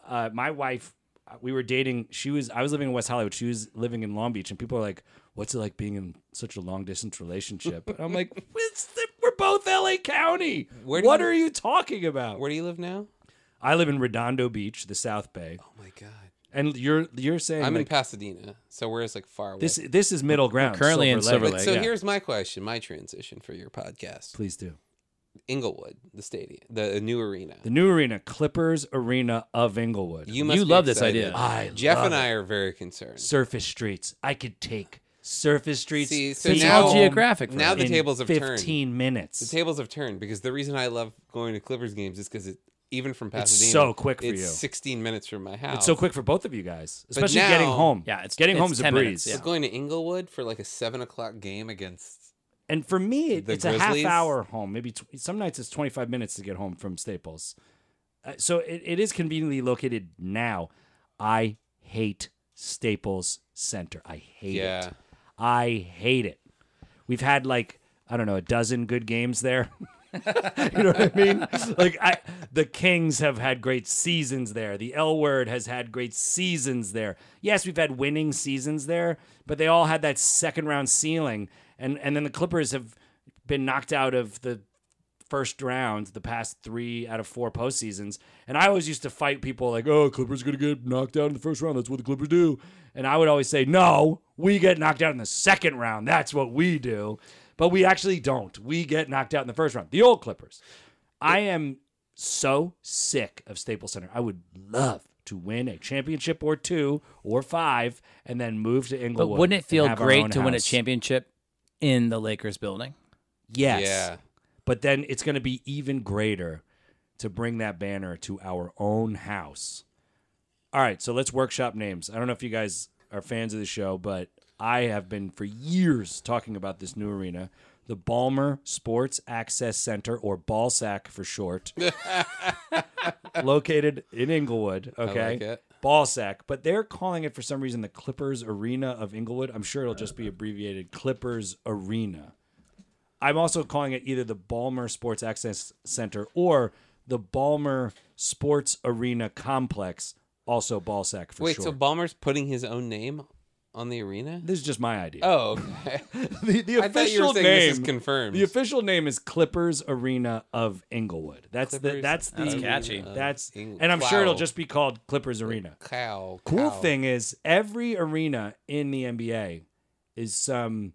Uh, my wife, uh, we were dating. She was I was living in West Hollywood. She was living in Long Beach, and people are like, "What's it like being in such a long distance relationship?" And I'm like, it's the- "We're both L.A. County.
Where do
what
you-
are you talking about?"
Where do you live now?
I live in Redondo Beach, the South Bay,
Oh my God.
and you're you're saying
I'm
like,
in Pasadena, so where is like far away.
This this is middle ground.
currently in Silver
But
Lake.
so
yeah.
here's my question, my transition for your podcast.
Please do.
Inglewood, the stadium, the new arena.
The new arena, Clippers Arena of Inglewood.
You
be
love this
excited.
idea.
I
Jeff
love
and
it.
I are very concerned.
surface streets. I could take surface streets.
See, so
to
It's
now-
all
home
geographic. For
now
us.
the
in
tables have turned.
fifteen minutes.
The tables have turned because the reason I love going to Clippers games is because it even from Pasadena,
so quick for
it's
you.
16 minutes from my house.
it's so quick for both of you guys,
But
especially
now-
getting home.
Yeah, it's-
getting
it's
home's a
10
breeze.
minutes,
But going to Inglewood for like a seven o'clock game against.
And for me, it,
The
it's a
Grizzlies?
half hour home. Maybe tw- some nights it's 25 minutes to get home from Staples. Uh, so it, it is conveniently located now. I hate Staples Center. I hate
Yeah.
it. I hate it. We've had like, I don't know, a dozen good games there. you know what I mean? Like I, the Kings have had great seasons there. The L word has had great seasons there. Yes, we've had winning seasons there, but they all had that second round ceiling. And and then the Clippers have been knocked out of the first round the past three out of four postseasons. And I always used to fight people like, oh, Clippers gonna get knocked out in the first round. That's what the Clippers do. And I would always say, no, we get knocked out in the second round. That's what we do. But we actually don't. We get knocked out in the first round. The old Clippers. I am so sick of Staples Center. I would love to win a championship or two or five and then move to
but
Inglewood.
wouldn't it
and
feel
have our own
great to win a
house.
championship in the Lakers building?
Yes
Yeah.
but then it's going to be even greater to bring that banner to our own house. All right, so let's workshop names. I don't know if you guys are fans of the show, but I have been for years talking about this new arena, the Balmer Sports Access Center, or BALSAC for short, located in Inglewood. Okay,
like it.
BALSAC, but they're calling it for some reason the Clippers Arena of Inglewood. I'm sure it'll just be abbreviated Clippers Arena. I'm also calling it either the Balmer Sports Access Center or the Balmer Sports Arena Complex, also Ballsack for
Wait,
short.
so Balmer's putting his own name on the arena?
this is just my idea.
Oh, okay.
the, the
I thought you were
official
saying
name
this is confirmed.
The official name is Clippers Arena of Inglewood. That's the
Clippers
that's the
That's catchy.
That's
Ing-
and I'm sure it'll
Wow.
just be called Clippers Arena.
cow.
cool
cow.
thing is every arena in the NBA is some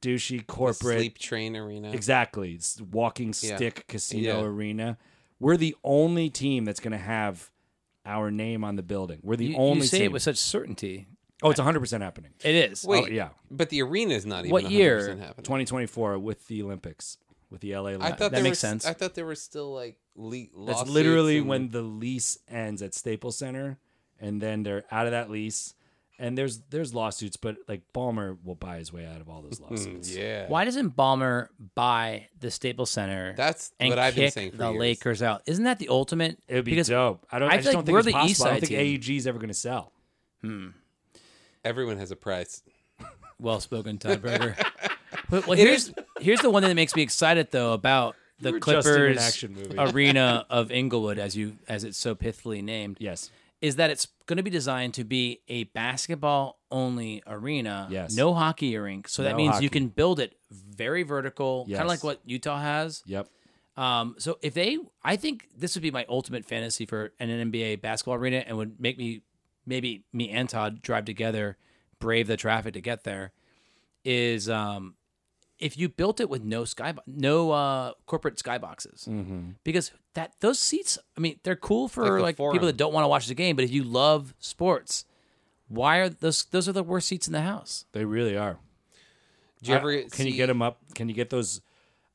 douchey corporate
Sleep Train Arena.
exactly it's walking
Yeah.
stick casino
Yeah.
arena. We're the only team that's going to have our name on the building. We're the
You,
only
you say
team.
it with such certainty.
oh, it's 100% happening.
It is.
Wait,
Oh, yeah.
But the arena is not even
What
100%
year?
Happening.
2024 with the Olympics, with the LA
I
Olympics.
thought
that
there
makes
was,
sense.
I thought there was still like le-
That's
lawsuits
literally
and-
when the lease ends at Staples Center, and then they're out of that lease. And there's there's lawsuits, but like Ballmer will buy his way out of all those lawsuits.
yeah.
Why doesn't Ballmer buy the Staples Center
That's
and
what I've
kick
been saying for
the
years.
Lakers out? Isn't that the ultimate?
It would be
because
dope. I don't. I,
I
just don't
feel like
think
we're
it's
the
possible.
East
I don't
Side
think
team.
AUG is ever going to sell.
Everyone has a price.
Well spoken, Todd Berger. but well,
It
here's here's the one thing that makes me excited though about the
were just in an
Clippers
action movie.
arena of Inglewood, as you as it's so pithily named,
Yes.
is that it's going to be designed to be a basketball only arena.
Yes.
no hockey rink. So that
No
means
hockey.
you can build it very vertical, kind
Yes.
of like what Utah has.
Yep.
Um, so if they, I think this would be my ultimate fantasy for an NBA basketball arena, and would make me maybe me and Todd drive together, brave the traffic to get there. Is um, if you built it with no sky, no uh, corporate skyboxes, because that those seats, I mean, they're cool
Like
for
the
Mm-hmm. like,
Forum.
people that don't want to watch the game, but if you love sports, why are those? Those are the worst seats in the house.
They really are.
Do you
I-
ever
can you
see-
get him up? Can you get those?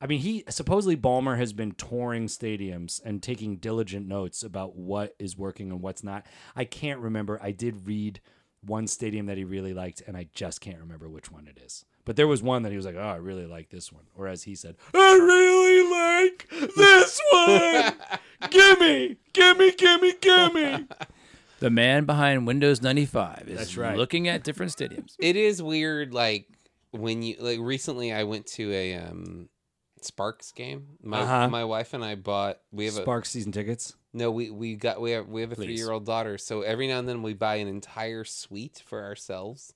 I mean, he supposedly Ballmer has been touring stadiums and taking diligent notes about what is working and what's not. I can't remember. I did read one stadium that he really liked, and I just can't remember which one it is. But there was one that he was like, "Oh, I really like this one," or as he said, "I really like this one." gimme, gimme, gimme, gimme.
The man behind Windows ninety five is
That's right.
looking at different stadiums.
It is weird, like when you like recently. I went to a um Sparks game. My
Uh-huh.
my wife and I bought. We have
Spark season tickets.
a no. We we got we have we have a
Please.
three year old daughter. So every now and then we buy an entire suite for ourselves.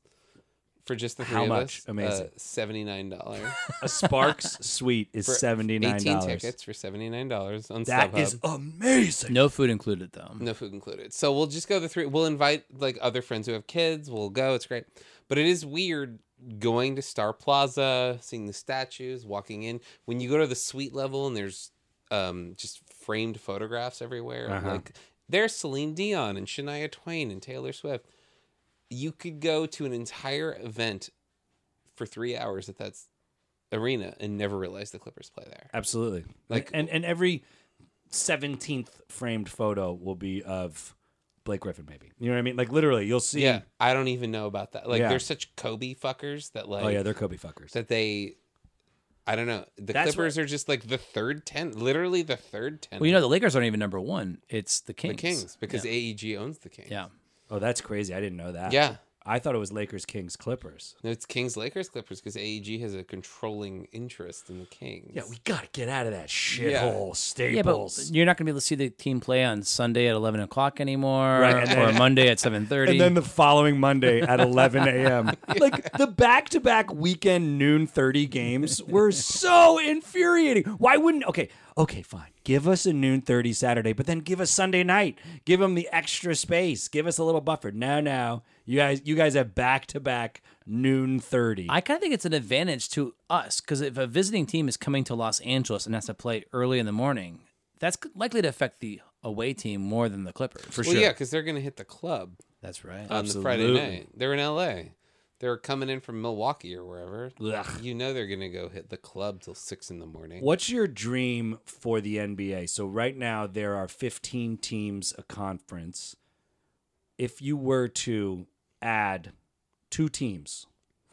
For just the three
How
of
much?
us,
Amazing.
seventy nine dollars,
A Sparks suite is
For
seventy nine
eighteen
dollars.
tickets for seventy nine dollars on
That
StubHub.
is amazing.
No food included though.
No food included. So we'll just go the three. We'll invite like other friends who have kids. We'll go. It's great. But it is weird going to Star Plaza, seeing the statues, walking in. When you go to the suite level and there's um, just framed photographs everywhere. of,
Uh-huh.
Like there's Celine Dion and Shania Twain and Taylor Swift. You could go to an entire event for three hours at that s- arena and never realize the Clippers play there.
Absolutely. Like
Like-
and and every seventeenth framed photo will be of Blake Griffin, maybe. You know what I mean? Like literally, you'll see.
Yeah, I don't even know about that. Like
Yeah.
they're such Kobe fuckers that like
Oh yeah, they're Kobe fuckers.
that they I don't know. The
That's
Clippers are just like the third ten, literally the third ten.
Well, you know the Lakers aren't even number one. It's the Kings.
the Kings because AEG owns the Kings.
Yeah.
oh, that's crazy. I didn't know that.
yeah.
I thought it was Lakers, Kings, Clippers.
No, it's Kings Lakers Clippers because AEG has a controlling interest in the Kings.
Yeah, we gotta get out of that shithole
Yeah,
staples.
but you're not going to be able to see the team play on Sunday at 11 o'clock anymore,
Right, and
or
then-
Monday at 7:30.
and then the following Monday at 11 a.m. Like the back to back weekend noon 30 games were so infuriating. Why wouldn't, okay, okay, fine. Give us a noon 30 Saturday, but then give us Sunday night. Give them the extra space. Give us a little buffer. No, no. You guys, you guys have back to back noon 30.
I kind of think it's an advantage to us because if a visiting team is coming to Los Angeles and has to play early in the morning, that's likely to affect the away team more than the Clippers. For
Well, yeah, because they're going to hit the club
That's right.
on the Friday
Absolutely.
night. They're in LA. They're coming in from Milwaukee or wherever.
Ugh.
You know they're going to go hit the club till six in the morning.
What's your dream for the NBA? So right now there are 15 teams a conference. If you were to add two teams,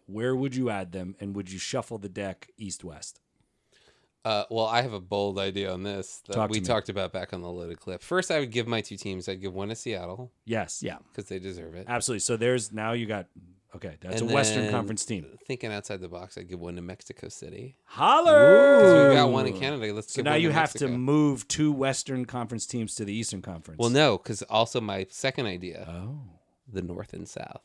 where would you add them and would you shuffle the deck east west?
Uh, well, I have a bold idea on this that
Talk to
we
me.
talked about back on the loaded clip. First, I would give my two teams. I'd give one to Seattle
Yes.
Yeah.
because they deserve it.
Absolutely. So there's now you got okay, that's
And
a Western
then
Conference team.
Thinking outside the box, I'd give one to Mexico City.
Holler.
'Cause We've got one in Canada. Let's
So
give
now
one
you
to
have to
Mexico.
move two Western Conference teams to the Eastern Conference.
Well, no, because also my second idea,
Oh.
the North and South.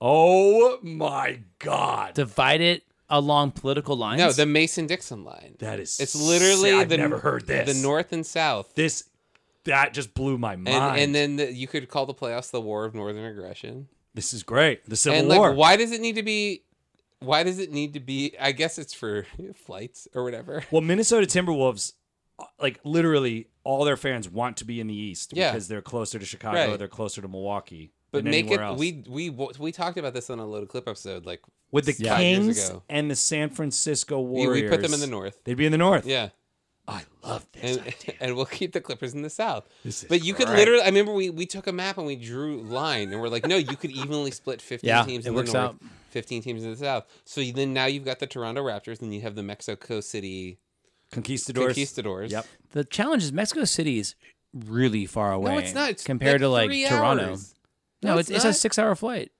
Oh my god.
Divide it along political lines.
No, the Mason Dixon line.
That is
It's literally
sick. I've
the,
never heard this.
The North and South.
this that just blew my mind.
and, and then the, you could call the playoffs the War of Northern Aggression.
this is great. The Civil
and
War.
like, why does it need to be? Why does it need to be? I guess it's for flights or whatever.
well, Minnesota Timberwolves, uh, like literally all their fans want to be in the East
Yeah.
because they're closer to Chicago,
Right.
they're closer to Milwaukee.
But
than
make it.
anywhere else.
We we we talked about this on a loaded clip episode. Like
with the
Yeah. five years
Kings
ago.
and the San Francisco
we,
Warriors.
we put them in the North.
They'd be in the North.
Yeah,
I love this.
and, and we'll keep the Clippers in the South.
This is
But you could
great.
literally, I remember we, we took a map and we drew line and we're like, no, you could evenly split 15
Yeah,
teams
it
in
works
the North,
out.
15 teams in the South. So you- then now you've got the Toronto Raptors and you have the Mexico City
Conquistadors.
Conquistadors.
Yep.
The challenge is Mexico City is really far away.
No, it's not. It's
compared to like
three
Toronto.
hours.
No,
No,
it's,
it's
it's,
not.
a six-hour flight.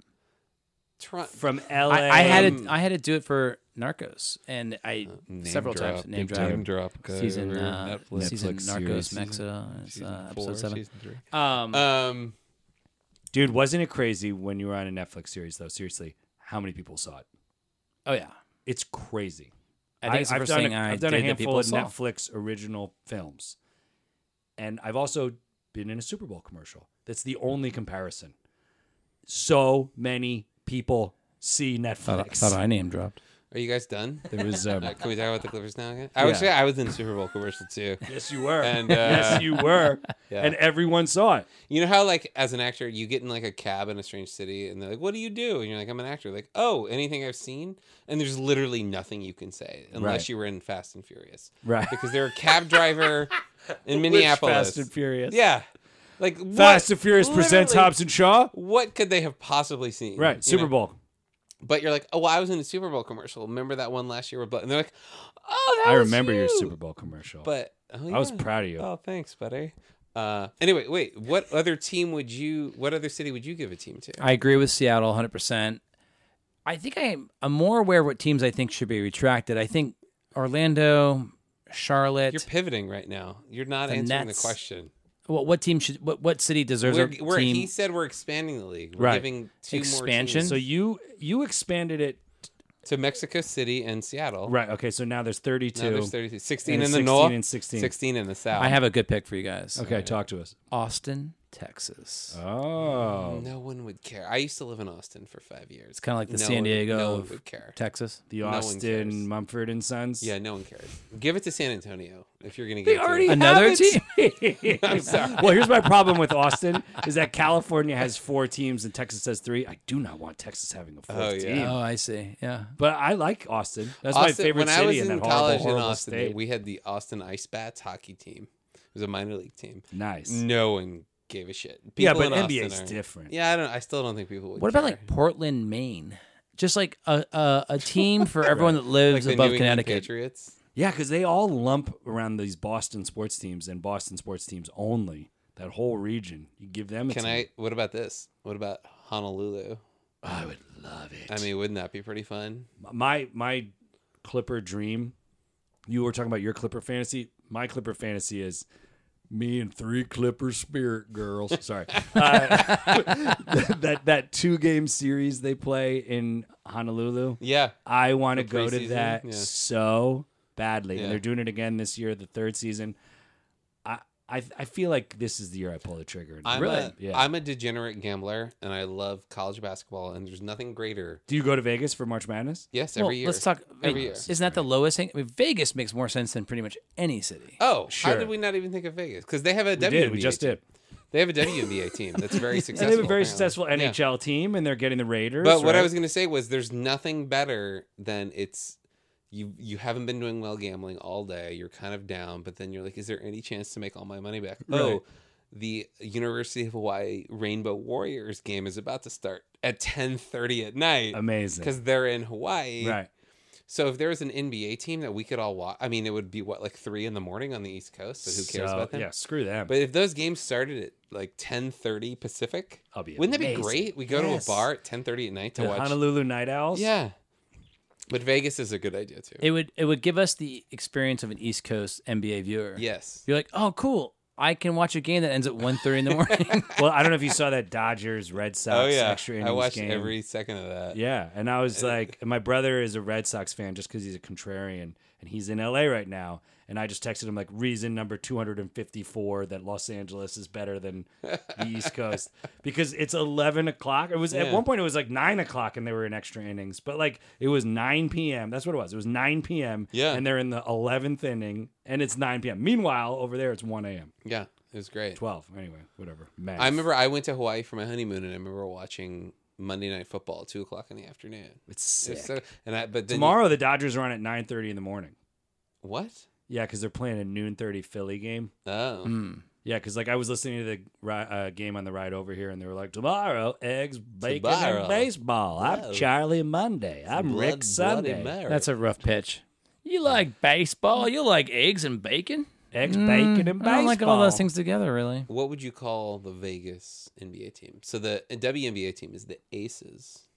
Toron-
From LA.
I, I had
Um,
it. I had to do it for Narcos, and I several times
Uh, drop,
name
big
drop
Name drop.
season
cover,
uh,
Netflix
season
series,
Narcos
season-
Mexico it's, uh,
season
episode
four,
seven.
season three.
Um,
Um,
Dude, wasn't it crazy when you were on a Netflix series though? Seriously, how many people saw it?
oh yeah,
It's crazy.
I think it's the
I've
first
done
thing
a,
I
I've done
did
a
that
handful
people
of
saw.
Netflix original films, and I've also been in a Super Bowl commercial. That's the only comparison. So many people see
Thought,
Netflix.
thought I name dropped.
are you guys done?
There was um,
Uh, Can we talk about the Clippers now? Again? I would
Yeah.
say I was in a Super Bowl commercial too.
yes, you were.
And, uh,
yes, you were.
Yeah.
And everyone saw it.
You know how, like, as an actor, you get in like a cab in a strange city, and they're like, "What do you do?" And you're like, "I'm an actor." Like, "Oh, anything I've seen," and there's literally nothing you can say unless
Right.
you were in Fast and Furious,
Right.
Because they're a cab driver in Minneapolis.
Fast and Furious.
Yeah, like what-
Fast and Furious presents
literally,
Hobbs and Shaw.
What could they have possibly seen?
Right.
you
Super
know?
Bowl.
But you're like, "Oh, well, I was in a Super Bowl commercial. Remember that one last year?" With Bla-" And they're like, "Oh, that
I
was
remember your
you."
Super Bowl commercial.
But oh,
I was
yeah.
proud of you.
Oh, thanks, buddy. Uh, anyway, wait. What other team would you? What other city would you give a team to?
I agree with Seattle 100. percent I think I'm, I'm more aware of what teams I think should be retracted. I think Orlando, Charlotte.
You're pivoting right now. You're not
The
answering
Nets.
the question.
what, what team should? What, what city deserves
We're,
a
we're,
team
he said we're expanding the league. We're
Right.
giving two
Expansion?
more teams
So you you expanded it
to Mexico City and Seattle.
right. Okay, so now there's 32.
Now there's 32. 16
And
in the
16
north
and 16.
16 in the south.
I have a good pick for you guys.
okay, talk to us.
Austin, Texas.
Mm. Uh,
Oh,
No one would care. I used to live in Austin for five years. It's
kind of like the
no
San
one-
Diego
No one
of
would care.
Texas.
the
one
Austin
cares.
Mumford and Sons.
Yeah, no one cares. Give it to San Antonio if you're going to
they
give.
already
It
have
Another
a team. I'm sorry. Well, here's my problem with Austin is that California has four teams and Texas has three. I do not want Texas having a fourth
Oh, yeah.
team.
Oh, I see. Yeah.
But I like Austin. That's
to
my favorite
when
city
I was
in
in
that horrible,
college
horrible
in Austin,
state.
we had the Austin Ice Bats hockey team. It was a minor league team.
nice.
No one gave a shit. People
yeah, but
in Austin
NBA's
are-
different.
Yeah, I don't. I still don't think people would.
What about
care.
like Portland, Maine? Just like a a, a team for everyone that
Like
lives
the
above
New England
Connecticut.
Patriots?
Yeah, because they all lump around these Boston sports teams and Boston sports teams only. That whole region, you give them. A
Can
team.
I? What about this? What about Honolulu?
I would love it.
I mean, wouldn't that be pretty fun?
my my Clipper dream. You were talking about your Clipper fantasy. My Clipper fantasy is me and three Clipper spirit girls. Sorry, uh, that that two game series they play in Honolulu.
Yeah.
I want to
The
go to
preseason?
that
Yeah.
so badly,
Yeah.
and they're doing it again this year, the third season. I I, I feel like this is the year I pull the trigger.
I'm
really?
a,
yeah.
I'm a degenerate gambler, and I love college basketball. And there's nothing greater.
Do you go to Vegas for March Madness?
Yes, every
Well,
year.
let's talk.
Every
wait,
year.
Isn't that the lowest thing? I mean, Vegas makes more sense than pretty much any city.
Oh,
Sure.
how did we not even think of Vegas? Because they have
We
a WNBA.
did. We just
team.
did.
They have a WNBA team that's very
And
successful.
they have a very
apparently.
successful
Yeah.
NHL team, and they're getting the Raiders.
But what I
right?
was going to say was, there's nothing better than it's you. You haven't been doing well gambling all day. You're kind of down, but then you're like, is there any chance to make all my money back?
Right.
Oh, the University of Hawaii Rainbow Warriors game is about to start at 10:30 at night
amazing,
because they're in Hawaii.
right?
So if there was an NBA team that we could all watch, I mean, it would be what like three in the morning on the East Coast. So who cares
So,
about them?
Yeah, screw them.
But if those games started at like 10:30 Pacific,
That'll be
wouldn't that
amazing.
be great? We go
Yes.
to a bar at 10:30 at night to
the
watch.
Honolulu Night Owls.
Yeah. But Vegas is a good idea too.
It would it would give us the experience of an East Coast NBA viewer.
yes.
You're like, oh, cool. I can watch a game that ends at 1.30 in the morning.
Well, I don't know if you saw that Dodgers Red Sox
Oh yeah.
extra innings
I watched
game.
every second of that.
Yeah, and I was like, and my brother is a Red Sox fan just because he's a contrarian, and he's in LA right now. And I just texted him like reason number two hundred and fifty-four that Los Angeles is better than the East Coast because it's eleven o'clock. It was at
Yeah.
one point it was like nine o'clock, and they were in extra innings, but like it was nine p.m. That's what it was. It was nine p.m.
Yeah.
and they're in the eleventh inning, and it's nine p.m. Meanwhile, over there it's one a.m.
Yeah. It was great.
Twelve anyway, whatever. Math.
I remember I went to Hawaii for my honeymoon and I remember watching Monday night football at two o'clock in the afternoon.
it's
It was
sick.
so- and I but then
Tomorrow the Dodgers are on at nine thirty in the morning.
what?
Yeah, because they're playing a noon thirty Philly game.
Oh,
Yeah, because like I was listening to the ri- uh, game on the ride over here, and they were like, "Tomorrow, eggs, bacon,
Tomorrow.
and baseball."
Whoa.
I'm Charlie Monday. I'm
Blood-
Rick
Bloody
Sunday.
Mary.
That's a rough pitch. You like baseball? You like eggs and bacon?
Eggs, bacon, and baseball.
Mm, I don't like all those things together, really.
what would you call the Vegas NBA team? So the WNBA team is the Aces.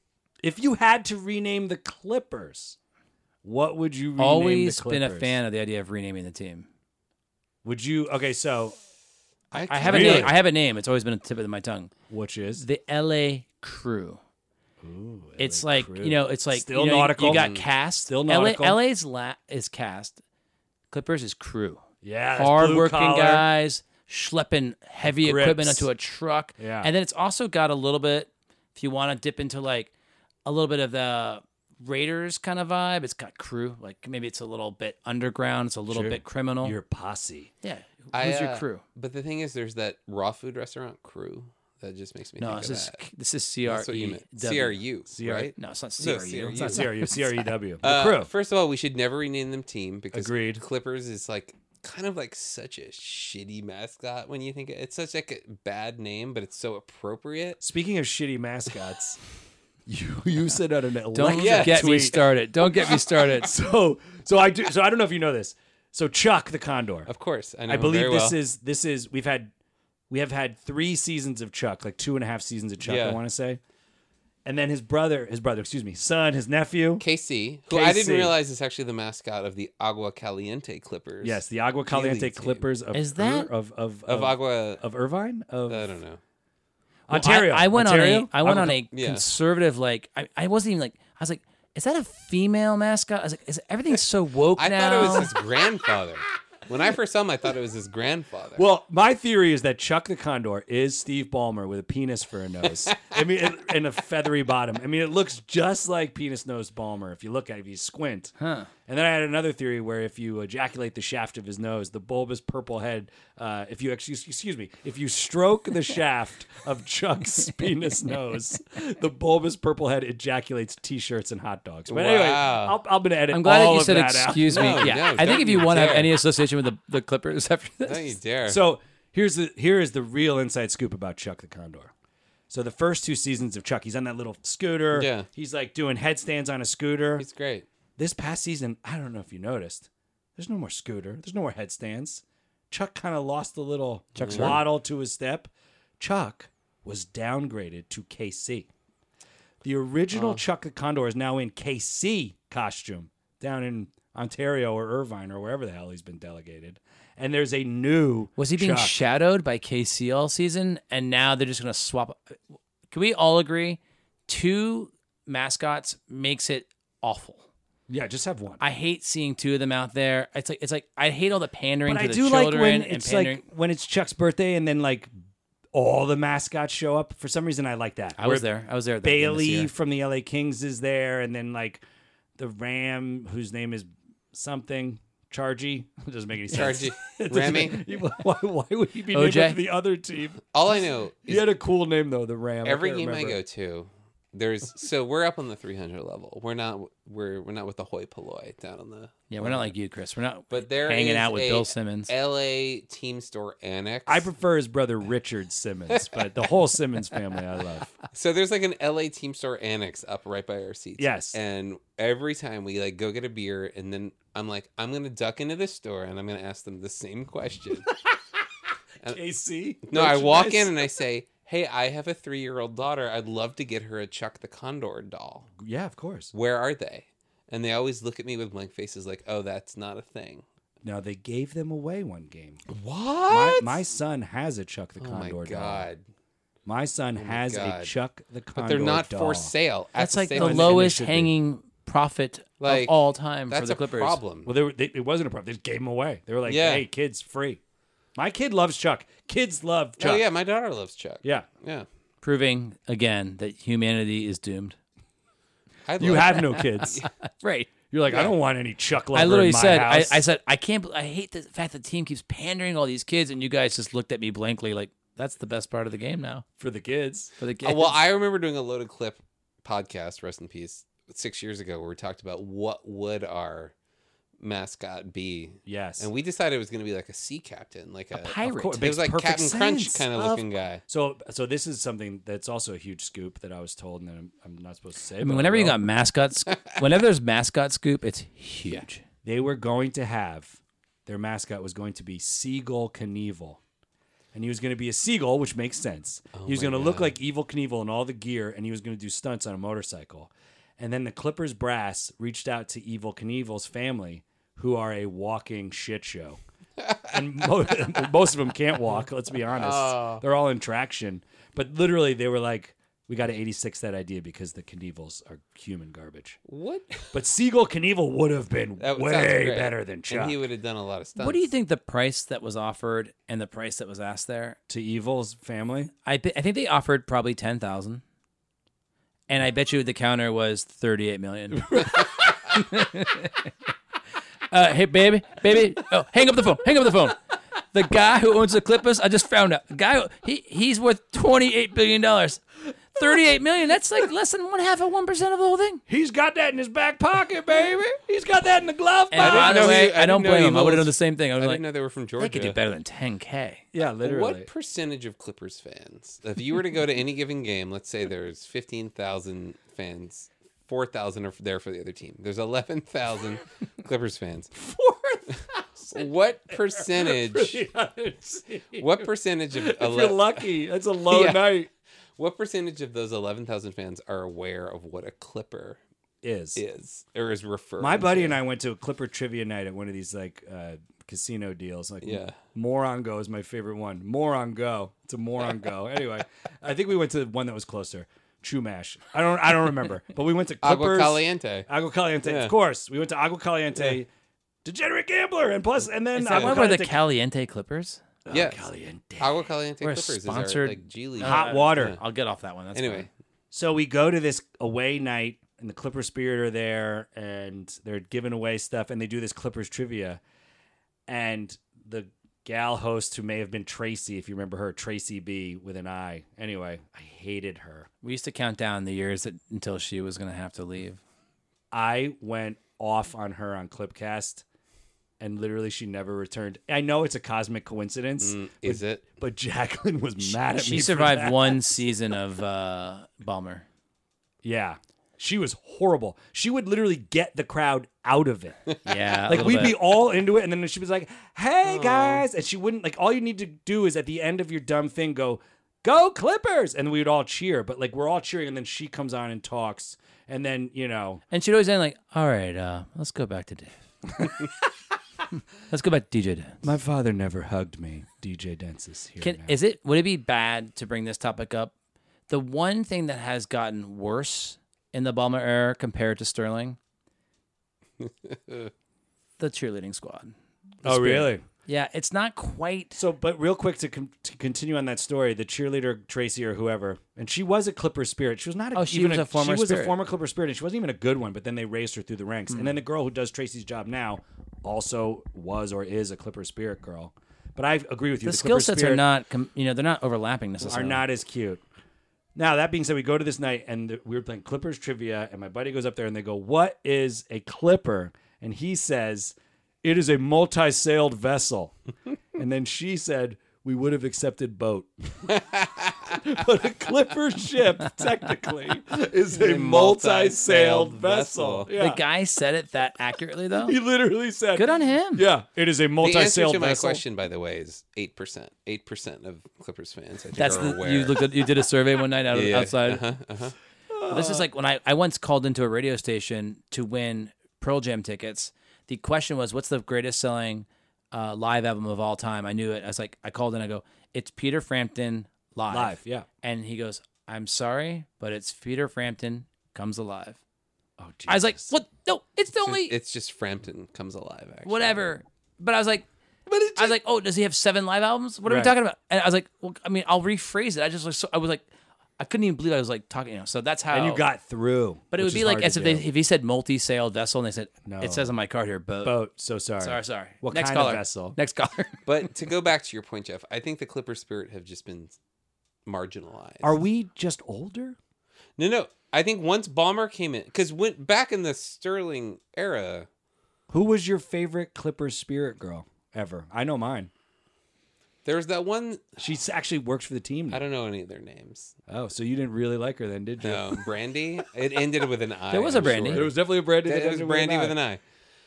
If you had to rename the Clippers, what would you rename
Always
the
been
Clippers?
a fan of the idea of renaming the team.
Would you? Okay, so
I have a
Really?
name. I have a name. It's always been at the tip of my tongue.
which is
The LA Crew. it's like
Crew.
you know, it's like
Still
you know, you-
nautical. Mm.
You got
Mm.
cast.
Still
LA
nautical.
LA's la- is cast. Clippers is crew.
yeah, that's
Hard working
blue-collar.
guys schlepping heavy
Grips.
equipment onto a truck.
Yeah.
And then it's also got a little bit. If you want to dip into like a little bit of the Raiders kind of vibe, it's got crew. Like maybe it's a little bit underground. It's a little
Sure.
bit criminal.
Your posse.
yeah. Who's
I,
your
uh,
crew?
But the thing is, there's that raw food restaurant crew that just makes me
No,
think
this
of
is
that.
this is C R
That's what you
E
meant. CRU, right?
No, it's not E
No,
CRU.
CRU.
It's not CRU, CREW. E The
Uh,
crew.
First of all, we should never rename them team because
Agreed.
Clippers is like kind of like such a shitty mascot when you think it's such like a bad name, but it's so appropriate.
Speaking of shitty mascots, you you sent out an
Don't
electric
Yeah,
get me
tweet.
started. Don't get me started.
so so I do so I don't know if you know this. So Chuck the Condor.
Of course, I know.
I
him
believe
very
this
well.
is this is we've had we have had three seasons of Chuck, like two and a half seasons of Chuck,
Yeah.
I want to say. And then his brother, his brother, excuse me, son, his nephew.
KC, who I
KC.
didn't realize is actually the mascot of the Agua Caliente Clippers.
Yes, the Agua Caliente
team.
Clippers of
Is
Ir-
that-
of of
of Agua.
of Irvine of
I don't know.
Ontario.
I, I went
Ontario?
on a I went
Agua-
on a
Yeah.
conservative like I, I wasn't even like I was like is that a female mascot? I was like is everything's so woke
I
now?
thought it was his grandfather. When I first saw him, I thought it was his grandfather.
Well, my theory is that Chuck the Condor is Steve Ballmer with a penis for a nose. I mean, and- and a feathery bottom. I mean, it looks just like penis nose Ballmer if you look at it, if you squint. Huh. And then I had another theory where if you ejaculate the shaft of his nose, the bulbous purple head, uh, if you excuse, excuse me, if you stroke the shaft of Chuck's penis nose, the bulbous purple head ejaculates t-shirts and hot dogs. But anyway,
Wow.
I'll, I'm going to edit.
I'm glad that
all
you
of
said
that out.
excuse me.
No,
yeah,
no,
I
don't
think if you
you
want to have
dare.
any association with the, the Clippers after this,
don't you dare.
So here's the here is the real inside scoop about Chuck the Condor. So the first two seasons of Chuck, he's on that little scooter.
Yeah.
He's like doing headstands on a scooter.
he's great.
this past season, I don't know if you noticed, there's no more scooter. There's no more headstands. Chuck kind of lost the little waddle to his step. Chuck was downgraded to KC. The
Oh.
original Chuck the Condor is now in KC costume down in Ontario or Irvine or wherever the hell he's been delegated. And there's a new
was he being
Chuck.
shadowed by KC all season and now they're just going to swap Can we all agree two mascots makes it awful.
Yeah, just have one.
I hate seeing two of them out there. It's like it's like I hate all the pandering
but
to
I
the
do like
children
when
and
it's
pandering.
like when it's Chuck's birthday and then like all the mascots show up. For some reason, I like that.
I was there. I was there. at that game this
Bailey
year.
from the LA Kings is there, and then like the Ram whose name is something Chargy doesn't make any sense.
Chargy.
It doesn't
Ramy.
make- why, why would he be named
OJ?
after the other team?
All I know
He
is
had a cool name though, the Ram.
every game I go to, there's so we're up on the 300 level. We're not we're we're not with the hoi polloi down on the.
Yeah, we're not like you, Chris. We're not
But there
hanging
is
out with
a
Bill Simmons.
L.A. team store annex.
I prefer his brother Richard Simmons, but the whole Simmons family I love.
so there's like an L.A. team store annex up right by our seats.
Yes.
And every time we like go get a beer, and then I'm like, I'm gonna duck into this store and I'm gonna ask them the same question.
KC.
Uh, No, I walk in
merchandise.
and I say, "Hey, I have a three-year-old daughter. I'd love to get her a Chuck the Condor doll.
Yeah, of course.
Where are they?" And they always look at me with blank faces, like, "Oh, that's not a thing."
Now they gave them away one game.
What?
My, my son has a Chuck the
oh my
Condor
god! Oh
doll. My son has a
God.
Chuck the Condor.
But they're not
doll.
for sale. at
That's like the
sale
and they
lowest
should be.
hanging profit
Like,
of all time for
That's
the
a
Clippers.
problem.
Well, they were, they, it wasn't a problem. They just gave them away. They were like,
Yeah.
"Hey, kids, free." My kid loves Chuck. Kids love Chuck.
Oh yeah, my daughter loves Chuck.
Yeah.
yeah.
Proving again that humanity is doomed.
I
You
love-
have no kids.
Right.
You're like, I don't want any Chuck lover
I literally
in my
said, I,
house.
I said, I can't. bel- I hate the fact that the team keeps pandering all these kids, and you guys just looked at me blankly, like that's the best part of the game now
for the kids.
for the kids.
Uh, well, I remember doing a loaded clip podcast, rest in peace, six years ago, where we talked about what would our mascot be.
Yes.
And we decided it was going to be like a sea captain, like a,
pirate.
Of course,
It
makes
was like
perfect
Captain Crunch
sense.
kind of
Of
looking guy.
So, so this is something that's also a huge scoop that I was told, and I'm, I'm not supposed to say.
I mean, whenever you got mascots, whenever there's mascot scoop, it's huge.
they were going to have their mascot was going to be Seagull Knievel, and he was going to be a seagull, which makes sense. he was
my
going to look like Evil Knievel in all the gear, and he was going to do stunts on a motorcycle. And then the Clippers brass reached out to Evil Knievel's family, who are a walking shit show. and mo- most of them can't walk. Let's be honest; they're all in traction. But literally, they were like, "We got to 86 that idea because the Knievels are human garbage."
What?
But Siegel Knievel would have been
That sounds
way
great.
better than Chuck.
And he would have done a lot of stuff.
What do you think the price that was offered and the price that was asked there?
to Evil's family.
I bet I think they offered probably ten thousand, and I bet you the counter was thirty-eight million. uh, hey, baby, baby, oh, hang up the phone. Hang up the phone. The guy who owns the Clippers, I just found out. The guy, who- he he's worth twenty-eight billion dollars. Thirty-eight million. That's like less than one half of one percent of the whole thing.
He's got that in his back pocket, baby. He's got that in the glove
And by
know
the way,
he- I
I, don't
didn't know
blame
he
him. I would have
was-
done the same thing. I
I
was
didn't
like,
know they were from Georgia.
they could do better than ten k.
yeah, literally.
What percentage of Clippers fans, if you were to go to any given game, let's say there's 15,000 fans, 4,000 are there for the other team. There's 11,000 Clippers fans. 4,000? What percentage, what percentage of,
if you're
ele-
lucky, that's a low
Yeah.
night.
what percentage of those 11,000 fans are aware of what a Clipper
Is.
is or is referred
My buddy and I went to a Clipper trivia night at one of these like uh, casino deals. Like,
Yeah.
Moron Go is my favorite one. Moron Go. It's a Moron Go. Anyway, I think we went to one that was closer. True Mash. I don't. I don't remember. But we went to
Agua
Clippers.
Caliente.
Agua Caliente,
Yeah.
of course. We went to Agua Caliente, degenerate gambler, and plus, and then
I
Agua
remember the
Caliente,
Caliente Clippers.
Yes.
Caliente.
Agua Caliente
We're
Clippers
sponsored-
is our like G League.
hot water.
I'll get off that one. That's
Anyway,
fine.
So we go to this away night, and the Clipper Spirit are there, and they're giving away stuff, and they do this Clippers trivia, and the gal host who may have been Tracy, if you remember her, Tracy B with an I. Anyway, I hated her.
We used to count down the years that, until she was going to have to leave.
I went off on her on Clipcast, and literally she never returned. I know it's a cosmic coincidence,
mm, is it?
but Jacqueline was mad at me.
She
for
survived
that.
one season of uh, Balmer.
Yeah. She was horrible. She would literally get the crowd out of it.
Yeah, a
Like
little
we'd
bit.
be all into it, and then she was like, "Hey guys," and she wouldn't like. All you need to do is at the end of your dumb thing, go, "Go Clippers," and we would all cheer. But like we're all cheering, and then she comes on and talks, and then you know,
and she'd always end like, "All right, uh, let's go back to Dave. let's go back to DJ Dan.
my father never hugged me. DJ Dents is here.
Can, is it would it be bad to bring this topic up? The one thing that has gotten worse in the Balmer era compared to Sterling, the cheerleading squad.
oh really?
Yeah, it's not quite
So, but real quick to, con- to continue on that story, the cheerleader Tracy or whoever, and she was a Clipper Spirit. She was not. A,
Oh, she
even
was a former
She was a
Spirit. Hmm.
former Clipper Spirit, and she wasn't even a good one. But then they raised her through the ranks, and then the girl who does Tracy's job now also was or is a Clipper Spirit girl. But I agree with you.
the,
The,
skill
Clipper
sets
Spirit
are not com- you know they're not overlapping
are
necessarily.
not as cute. Now that being said, we go to this night and the, we were playing Clippers trivia, and my buddy goes up there and they go, "What is a Clipper?" And he says, "It is a multi-sailed vessel." and then she said, "We would have accepted boat, but a Clipper ship technically is a multi-sailed
multi-sailed
vessel."
vessel.
Yeah.
The guy said it that accurately though.
he literally said,
Good on him.
"Yeah, it is a
The answer
multi-sailed
to my
vessel."
question, by the way, is eight percent. Eight percent of Clippers fans, I think,
That's
are
the,
aware.
you looked at, you did a survey one night out
Yeah,
outside.
uh-huh, uh-huh.
This is like when I, I once called into a radio station to win Pearl Jam tickets. The question was, what's the greatest selling uh, live album of all time? I knew it. I was like, I called in. I go, it's Peter Frampton live.
Live, yeah.
And he goes, I'm sorry, but it's Peter Frampton comes alive.
Oh,
I was like,
Jesus.
what? No, it's the only
It's just Frampton comes alive. Actually.
whatever. But I was like, I was like, oh, does he have seven live albums? What are we
Right.
talking about? And I was like, well, I mean, I'll rephrase it. I just was so, I was like, I couldn't even believe I was like talking. You know, so that's how.
And you got through,
"Oh." But it
which
would be
is
like
hard to
as if they,
do.
if he said multi-sailed vessel and they said it says on my card here boat.
boat. So sorry.
Sorry, sorry.
What
Next
kind
caller.
of vessel?
Next caller.
But to go back to your point, Jeff, I think the Clipper spirit have just been marginalized.
Are we just older?
no, no. I think once Bomber came in, because when back in the Sterling era,
Who was your favorite Clippers spirit girl ever? I know mine.
There's that one.
She's actually works for the team.
I
Now.
don't know any of their names.
Oh, so you didn't really like her then, did you?
No, Brandy. It ended with an I.
There was a
I'm
Brandy.
sure.
There was definitely a Brandy. that
It was
ended
Brandy
an
with
I.
an I.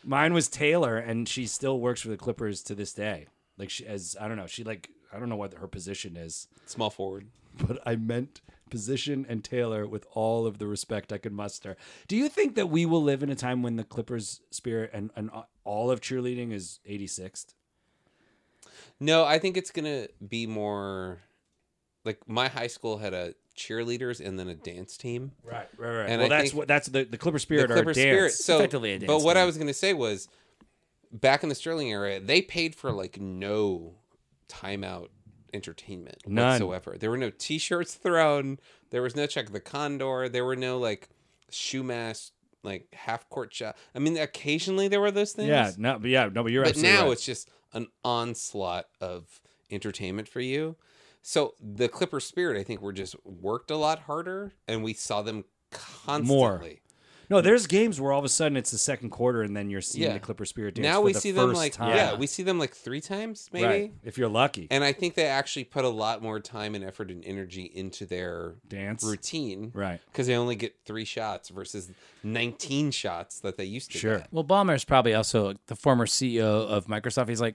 Mine was Taylor, and she still works for the Clippers to this day. Like she, as I don't know, she like I don't know what her position is,
Small forward.
but I meant position and Taylor with all of the respect I could muster. Do you think that we will live in a time when the Clippers spirit and and all of cheerleading is 86th?
No, I think it's gonna be more like my high school had a cheerleaders and then a dance team.
Right, right, right.
And
well,
I
that's
think
what that's the the Clipper spirit
the
or
Clipper
dance.
Spirit. So,
Effectively a dance
but what
team.
I was gonna say was, back in the Sterling era, they paid for like no timeout entertainment
None.
whatsoever. There were no T-shirts thrown. There was no check the condor. There were no like shoe mask, like half court shot. I mean, occasionally there were those things.
Yeah, no, but yeah, no, but you're
but
absolutely
now
right.
it's just an onslaught of entertainment for you. So the Clipper spirit, I think, were just worked a lot harder, and we saw them constantly.
no. There's games where all of a sudden it's the second quarter, and then you're seeing
Yeah.
the Clipper spirit dance.
Now
for
we
the
see them
first
like
time.
yeah, we see them like three times maybe,
right. If you're lucky,
and I think they actually put a lot more time and effort and energy into their
dance.
routine,
Right.
Because they only get three shots versus nineteen shots that they used to.
Sure.
get.
Well, Ballmer's probably also the former CEO of Microsoft. He's like,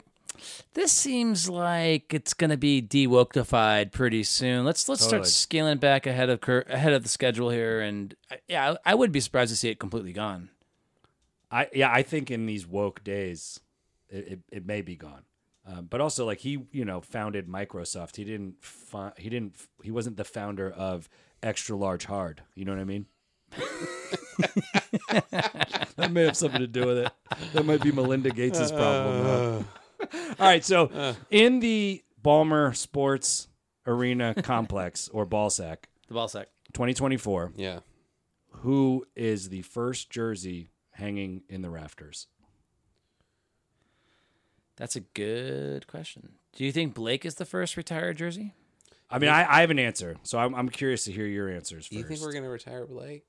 this seems like it's going to be de-wokeified pretty soon. Let's let's
Totally.
start scaling back ahead of cur- ahead of the schedule here. And I- yeah, I I would be surprised to see it completely gone.
I yeah, I think in these woke days, it, it, it may be gone. Um, but also, like he, you know, founded Microsoft. He didn't. Fi- he didn't. He wasn't the founder of extra large hard. You know what I mean? that may have something to do with it. That might be Melinda Gates' problem. huh? All right. So in the Balmer Sports Arena complex or ball sack,
The ball sack.
2024.
Yeah.
Who is the first jersey hanging in the rafters?
That's a good question. Do you think Blake is the first retired jersey?
I mean, I, I have an answer, so I'm, I'm curious to hear your answers first.
Do you think we're gonna retire Blake?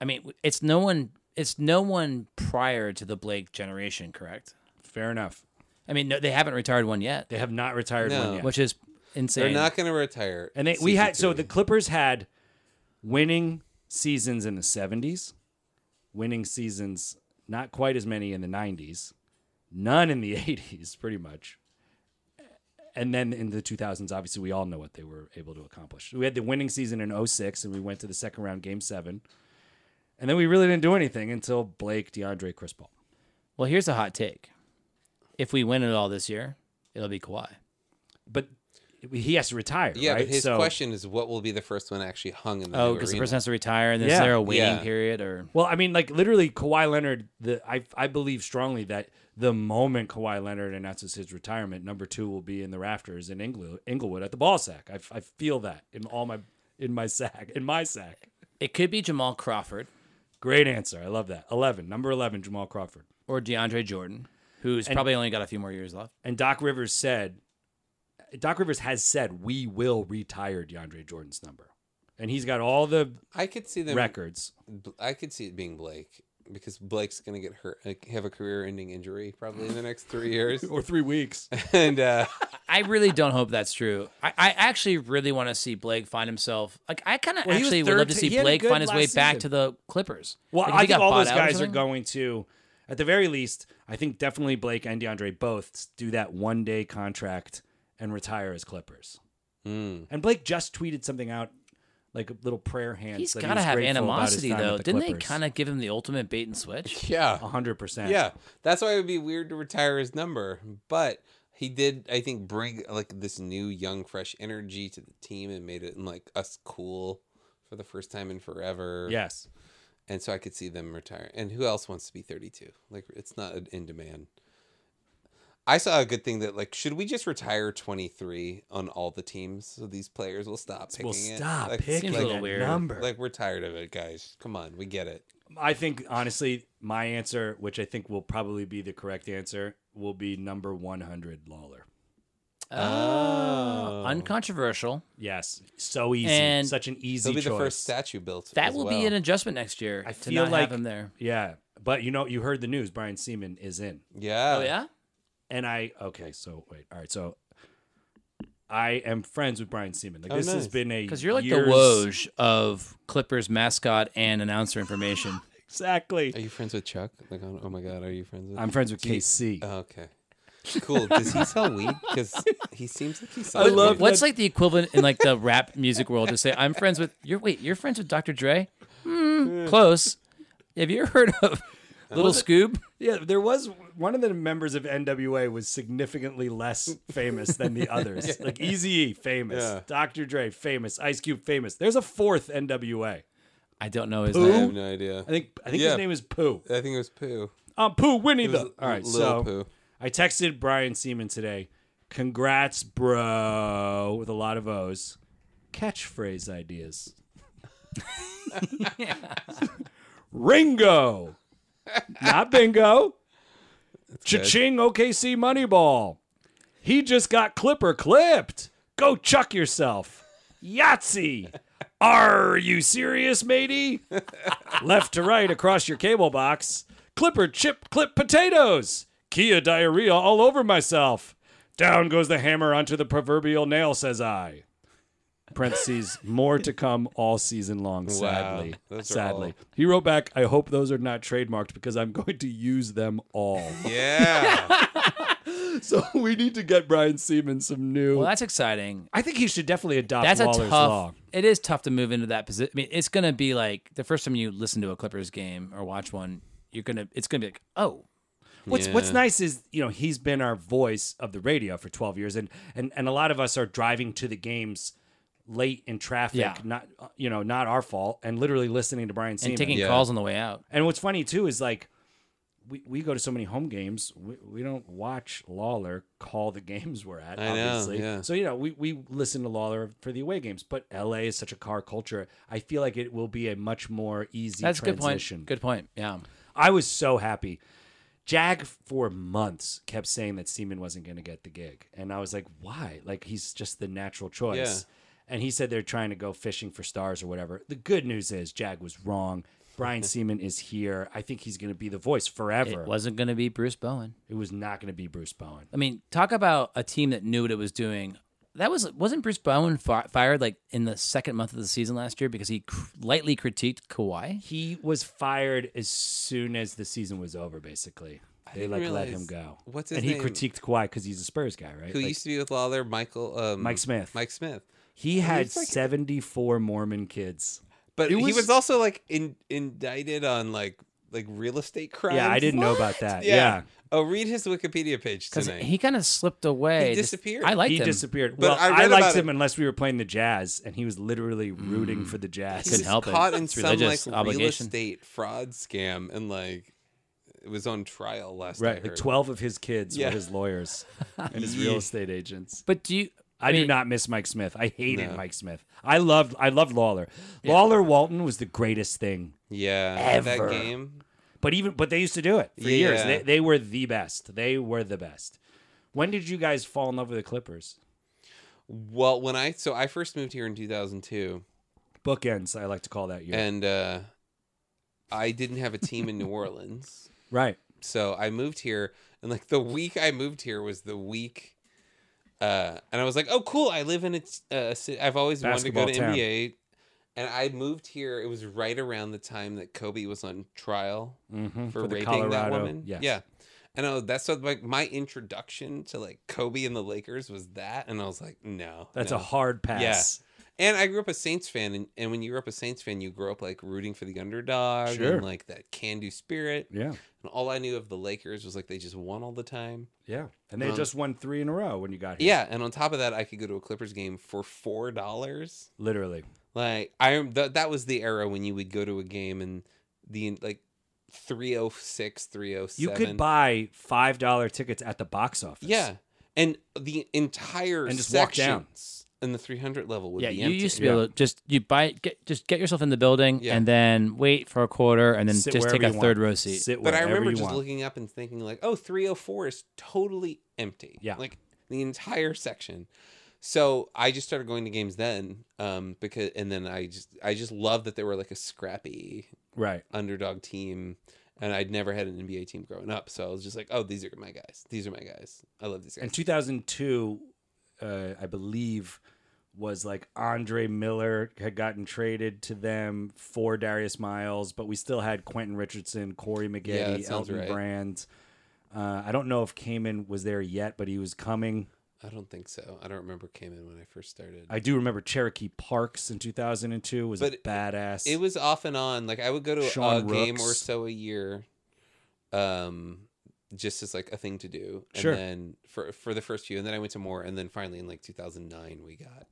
I mean, it's no one. It's no one prior to the Blake generation, correct?
Fair enough.
I mean, no, they haven't retired one yet,
They have not retired one
No.
yet,
which is insane.
They're not gonna retire.
and they we had so
CP3.
the Clippers had winning seasons in the 70s, winning seasons not quite as many in the 90s, none in the 80s, pretty much. And then in the 2000s, obviously, we all know what they were able to accomplish. We had the winning season in 06, and we went to the second round, game seven. And then we really didn't do anything until Blake, DeAndre, Chris Paul.
Well, here's a hot take. If we win it all this year, it'll be Kawhi.
but he has to retire.
Yeah,
right?
but his
so,
question is what will be the first one actually hung in the
Oh,
new
because the
arena?
person has to retire, and is
Yeah.
there a waiting
Yeah.
period? Or
Well, I mean, like literally, Kawhi Leonard. The I I believe strongly that the moment Kawhi Leonard announces his retirement, number two will be in the rafters in Engl- Inglewood at the ball sack. I, I feel that in all my in my sack in my sack.
it could be Jamal Crawford
Great answer. I love that. Eleven, number eleven, Jamal Crawford.
or DeAndre Jordan, who's probably only got a few more years left.
And Doc Rivers said, Doc Rivers has said we will retire DeAndre Jordan's number, and he's got all the
I could see them
records.
I could see it being Blake because Blake's going to get hurt like, have a career-ending injury probably in the next 3 years.
Or three weeks.
and uh
I really don't hope that's true. I, I actually really want to see Blake find himself. Like I kind of
Well, he was
actually would
third
love to
to-
see
he had a
Blake
good
find his
last
way back
season.
to the Clippers.
Well,
Like, if
I
he
think
got
all
bought
those
out or
guys are
something-
going to, at the very least, I think definitely Blake and DeAndre both do that one day contract and retire as Clippers.
Hmm.
mm,
And Blake just tweeted something out, like a little prayer hands.
He's
got
got to have animosity though. Didn't they kind of give him the ultimate bait and switch?
yeah.
hundred percent?
Yeah. That's why it would be weird to retire his number, but he did I think bring like this new young fresh energy to the team and made it like us cool for the first time in forever.
Yes.
And so I could see them retire. And who else wants to be 32? Like it's not in demand. I saw a good thing that like should we just retire 23 on all the teams so these players will stop picking
Well,
it?
stop
Like,
picking
seems a little
that
weird.
number.
Like we're tired of it, guys. Come on, we get it.
I think honestly, my answer, which I think will probably be the correct answer, will be number one hundred Lawler.
Oh, uncontroversial.
Yes, so easy,
And-
such an easy
He'll be
choice.
the first statue built.
That
as
will
well.
be an adjustment next year.
I
to
feel
not
like-
have him there.
Yeah, But you know, you heard the news. Brian Seaman is in,
Yeah.
Oh yeah.
and I okay. So wait, all right. So I am friends with Brian Seaman. Like this has
nice.
been a
Because you're like
years-
the Woj of Clippers mascot and announcer information.
exactly.
Are you friends with Chuck? Like, oh oh my God, are you friends with?
I'm friends with KC.
Oh, okay. Cool. Does he sell weed? Because he seems like he sells.
I love
weed.
What's like the equivalent in like the rap music world to say I'm friends with you're wait you're friends with Dr. Dre? Hmm, close. Have you ever heard of Little Scoob?
Yeah, there was one of the members of NWA was significantly less famous than the others. Like Eazy-E, famous.
Yeah.
Dr. Dre, famous. Ice Cube, famous. There's a fourth NWA.
I don't know his
I
name.
have no idea.
I think I think
Yeah.
his name is Pooh.
I think it was poo.
Um, Pooh Winnie
was
the. All right, so
Lil Pooh.
I texted Brian Seaman today. Congrats, bro, with a lot of O's. Catchphrase ideas. Ringo, not bingo. Cha-ching, OKC Moneyball. He just got Clipper clipped. Go chuck yourself. Yahtzee. Are you serious, matey? Left to right across your cable box. Clipper chip clip potatoes. Kia diarrhea all over myself. Down goes the hammer onto the proverbial nail, says I. Parentheses, more to come all season long, sadly.
Those are
Sadly.
all-
He wrote back, I hope those are not trademarked because I'm going to use them all.
Yeah.
So we need to get Brian Seaman some new.
Well, that's exciting.
I think he should definitely adopt
That's
Waller's
a tough.
law.
It is tough to move into that position. I mean, it's gonna be like the first time you listen to a Clippers game or watch one. You're gonna. It's gonna be like, oh,
What's
Yeah.
What's nice is you know he's been our voice of the radio for 12 years, and and and a lot of us are driving to the games late in traffic,
Yeah.
not you know not our fault, and literally listening to Brian Seaman.
and taking
Yeah.
calls on the way out.
And what's funny too is like we, we go to so many home games, we, we don't watch Lawler call the games we're at,
I know,
obviously.
yeah.
So, you know, we, we listen to Lawler for the away games, but LA is such a car culture. I feel like it will be a much more easy
That's a good
transition.
point. Good point. Yeah.
I was so happy. Jag for months kept saying that Seaman wasn't going to get the gig. And I was like, why? Like, he's just the natural choice. And he said they're trying to go fishing for stars or whatever. The good news is Jag was wrong. Brian Seaman is here. I think he's going to be the voice forever.
It wasn't gonna be Bruce Bowen.
It was not going to be Bruce Bowen.
I mean, talk about a team that knew what it was doing. That was wasn't Bruce Bowen fi- fired like in the second month of the season last year because he cr- lightly critiqued Kawhi.
He was fired as soon as the season was over, basically. They
didn't
like let
realize-
him go.
what's his
and
name?
he critiqued Kawhi because he's a Spurs guy, right?
Who
Like,
used to be with Lawler? Michael. Um,
Mike Smith.
Mike Smith.
he had
he's like-
74 Mormon kids.
But
It
he
was-
was also like in, indicted on like like real estate crimes.
Yeah, I didn't know about that. Yeah.
Yeah. Oh, read his Wikipedia page
Because
tonight.
he kind of slipped away.
He
Just-
disappeared.
I liked
He
him.
disappeared.
But
well,
I
I,
read
liked
about
him
it.
unless we were playing the Jazz, and he was literally
Mm.
rooting for the Jazz.
He
couldn't
was
help it.
caught in
It's
some like
religious
real
obligation.
estate fraud scam and like it was on trial last I
Right, like
heard.
twelve of his kids
Yeah.
were his lawyers and his real
Yeah.
estate agents.
But do you?
I, do
mean-
not miss Mike Smith. I hated
No.
Mike Smith. I loved I loved Lawler. Lawler Walton was the greatest thing.
Yeah,
Ever.
that game.
But even but they used to do it for years.
Yeah.
They, they were the best. They were the best. When did you guys fall in love with the Clippers?
Well, when I so I first moved here in 2002,
Bookends, I like to call that year.
and uh, I didn't have a team in New Orleans,
right.
so I moved here, and like the week I moved here was the week, uh, and I was like, oh cool, I live in a, t- a city. I've always
Basketball
wanted to go to
town.
NBA, and I moved here. It was right around the time that Kobe was on trial
Mm-hmm.
for,
the
raping that
Colorado.
woman.
Yes.
Yeah. And I was, that's what, like my introduction to like Kobe and the Lakers was that, and I was like, no,
That's
no.
a hard pass.
And I grew up a Saints fan, and, and when you grew up a Saints fan, you grew up like rooting for the underdog
Sure.
and like that can do spirit.
Yeah.
And all I knew of the Lakers was like they just won all the time.
Yeah, and they
Um,
just won three in a row when you got here.
Yeah. And on top of that, I could go to a Clippers game for four dollars.
literally.
Like I am th- that was the era when you would go to a game and the like 306, 307.
You could buy five dollar tickets at the box office.
Yeah. And the entire
And just walk
sections
down.
in the 300 level would
Yeah,
be
you
empty.
used to be
Yeah.
able to just you buy get just get yourself in the building
Yeah.
and then wait for a quarter and then
Sit
just
wherever
take a
you
third
want.
row seat.
Sit
But I
wherever
remember
you
just
want.
looking up and thinking like, "Oh, 304 is totally empty."
Yeah.
Like the entire section. So I just started going to games then um because and then I just I just loved that they were like a scrappy
Right.
underdog team and I'd never had an NBA team growing up, so I was just like, "Oh, these are my guys. These are my guys. I love these guys."
In 2002, uh, I believe, was like Andre Miller had gotten traded to them for Darius Miles, but we still had Quentin Richardson, Corey
Yeah,
McGetty,
that sounds
Elton
right.
Brand. Uh, I don't know if Kamen was there yet, but he was coming.
I don't think so. I don't remember came in when I first started.
I do remember Cherokee Parks in 2002 was
But
a
it-
badass.
it was off and on. Like I would go to
Sean
a game or
Rooks.
so a year, um, just as like a thing to do. And
Sure.
Then for for the first few, and then I went to more, and then finally in like 2009 we got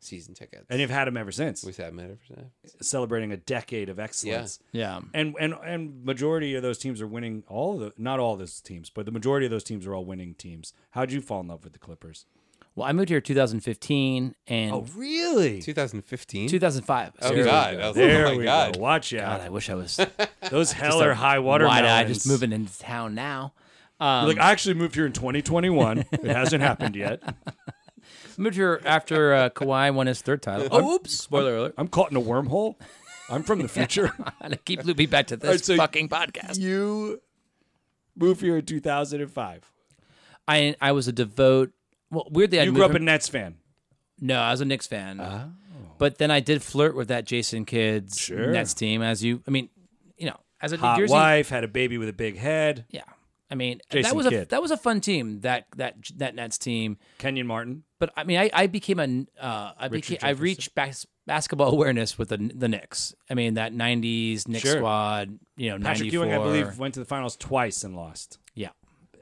season tickets.
and you've had him ever since,
we've had them ever since.
celebrating a decade of excellence.
Yeah.
and and and majority of those teams are winning all the not all those teams but the majority of those teams are all winning teams how'd you fall in love with the clippers
Well, I moved here 2015 and
Oh, really
2015.
2005.
Oh
Seriously.
God! I was like,
there
oh my
we
God!
go watch
God,
out
I wish I was
those hell or high water
wide eyed,
melons.
just moving into town now. Um,
like i actually moved here in 2021 it hasn't happened yet
moved here after uh, Kawhi won his third title. Oh, oops! Spoiler alert.
i'm caught in a wormhole i'm from the future
I keep looping back to this
right, so
fucking podcast.
you moved here in 2005
I I was a devote. Well, weirdly, I
you grew up a nets fan
No, I was a Knicks fan. But then I did flirt with that Jason Kidd's
Sure.
Nets team. As you, I mean, you know, as a
hot
New Jersey,
wife had a baby with a big head
yeah. I mean,
Jason
that was a
Kidd.
that was a fun team. That that that Nets team.
kenyon martin
But I mean, I, I became a uh, I became, I reached bas- basketball awareness with the the Knicks. I mean, that '90s Knicks
Sure.
squad. You know,
patrick
94.
ewing i believe went to the finals twice and lost
Yeah,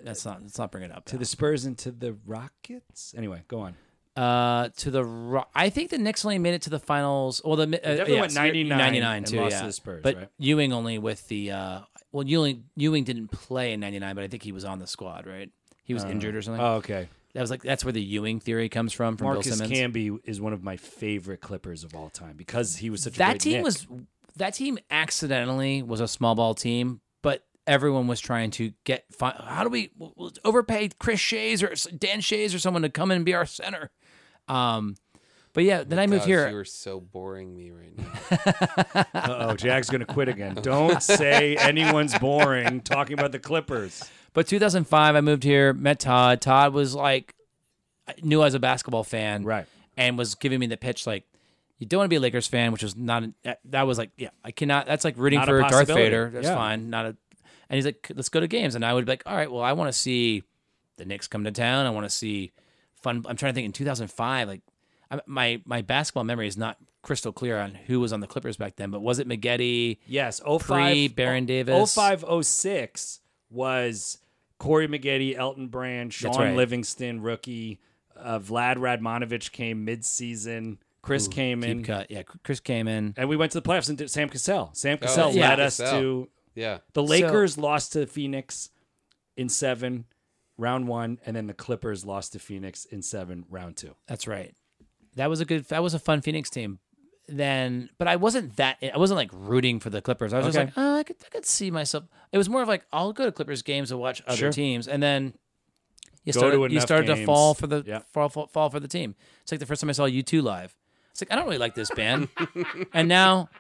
that's not let's not bring it up.
to the Spurs and to the Rockets. Anyway, go on.
Uh, to the Ro- I think the Knicks only made it to the finals. Well, the uh,
definitely
yes,
went 99
99
and
too,
lost
yeah.
to the Spurs,
but
right?
Ewing only with the uh, well, Ewing Ewing didn't play in '99, but I think he was on the squad, right? He was injured or something.
Oh, okay.
that was like that's where the Ewing theory comes from from Bill
Marcus
Simmons.
Camby is one of my favorite Clippers of all time because he was such a
that
great
team
Knick.
was that team accidentally was a small ball team, but everyone was trying to get fi- how do we we'll we'll overpay Chris Shays or Dan Shays or someone to come in and be our center. Um, but yeah, then I moved
Gosh,
here.
You are so boring me right now.
Uh-oh, Jag's going to quit again. Don't say anyone's boring talking about the Clippers.
But 2005, I moved here, met Todd. Todd was like, I knew I was a basketball fan,
Right.
And was giving me the pitch like, you don't want to be a Lakers fan, which was not that, that was like, yeah, I cannot. That's like rooting
Not a
for Darth
possibility.
Vader. That's
Yeah.
fine. Not a. And he's like, let's go to games, and I would be like, all right, well, I want to see the Knicks come to town. I want to see fun. I'm trying to think. In 2005, like I, my my basketball memory is not crystal clear on who was on the Clippers back then, but was it McGetty?
Yes, 05
Pre Baron Davis.
05 06 was Corey McGetty, Elton Brand, Sean
right.
Livingston, rookie. Uh, Vlad Radmanovich came midseason. Chris came in.
Deep cut. Yeah, Chris came in.
And we went to the playoffs and did Sam Cassell. Sam Cassell
yeah.
led us
Cassell.
to
yeah.
The Lakers lost to Phoenix in seven, round one, and then the Clippers lost to Phoenix in seven, round two.
That's right. That was a good. That was a fun Phoenix team. Then, but I wasn't that. I wasn't like rooting for the Clippers. I was
Okay.
just like, oh, I could, I could see myself. It was more of like, I'll go to Clippers games to watch other
Sure.
teams, and then you
Go
started.
to
you
enough
started to
games.
fall for the
Yeah.
fall, fall fall for the team. It's like the first time I saw U two live. It's like I don't really like this band, and now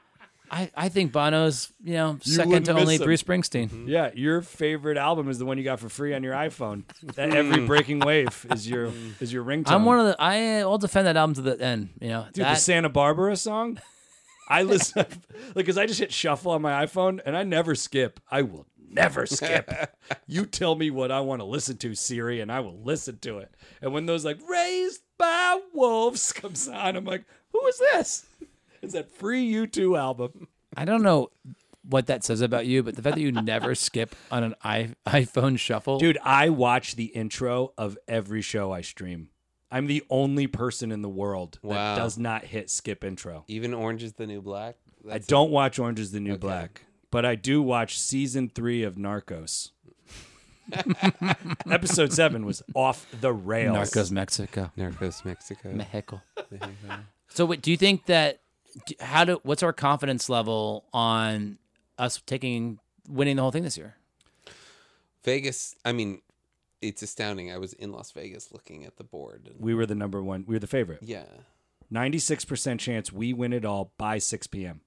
I I think Bono's you know second
wouldn't
to only
miss him. Mm-hmm.
Bruce Springsteen.
Yeah, your favorite album is the one you got for free on your iPhone. That every breaking wave is your is your ringtone.
I'm one of the I I'll defend that album to the end. You know
Dude, the
that,
Santa Barbara song. I listen like because I just hit shuffle on my iPhone and I never skip. I will never skip. you tell me what I want to listen to, Siri, and I will listen to it. And when those like "Raised by Wolves" comes on, I'm like, who is this? It's that free U2 album.
I don't know what that says about you, but the fact that you never skip on an I- iPhone shuffle,
Dude, I watch the intro of every show I stream. I'm the only person in the world
Wow.
that does not hit skip intro.
Even Orange is the New Black.
I
That's
don't watch Orange is the New Black, but I do watch season three of Narcos. Episode seven was off the rails.
Narcos Mexico,
Narcos Mexico.
Mexico. so, wait, do you think that? do- How do? What's our confidence level on us taking winning the whole thing this year?
Vegas. I mean, it's astounding. I was in Las Vegas looking at the board. And,
We were the number one. We were the favorite.
yeah.
96% chance we win it all by 6 p.m.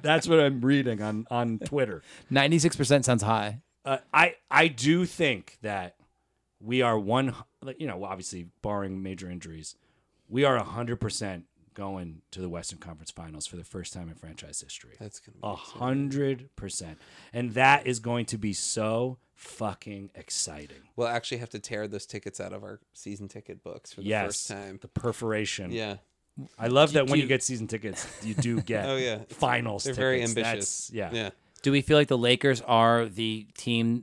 That's what I'm reading on on Twitter.
Ninety six percent sounds high.
Uh, I I do think that we are one. like, You know, obviously barring major injuries, we are hundred percent going to the Western Conference Finals for the first time in franchise history.
That's gonna be
A hundred percent, and that is going to be so fucking exciting.
We'll actually have to tear those tickets out of our season ticket books for the
yes,
first time.
the perforation.
Yeah.
I love that when
do-
you get season tickets, you do get
Oh, yeah.
finals.
They're very
tickets.
ambitious.
That's- yeah.
Yeah.
Do we feel like the Lakers are the team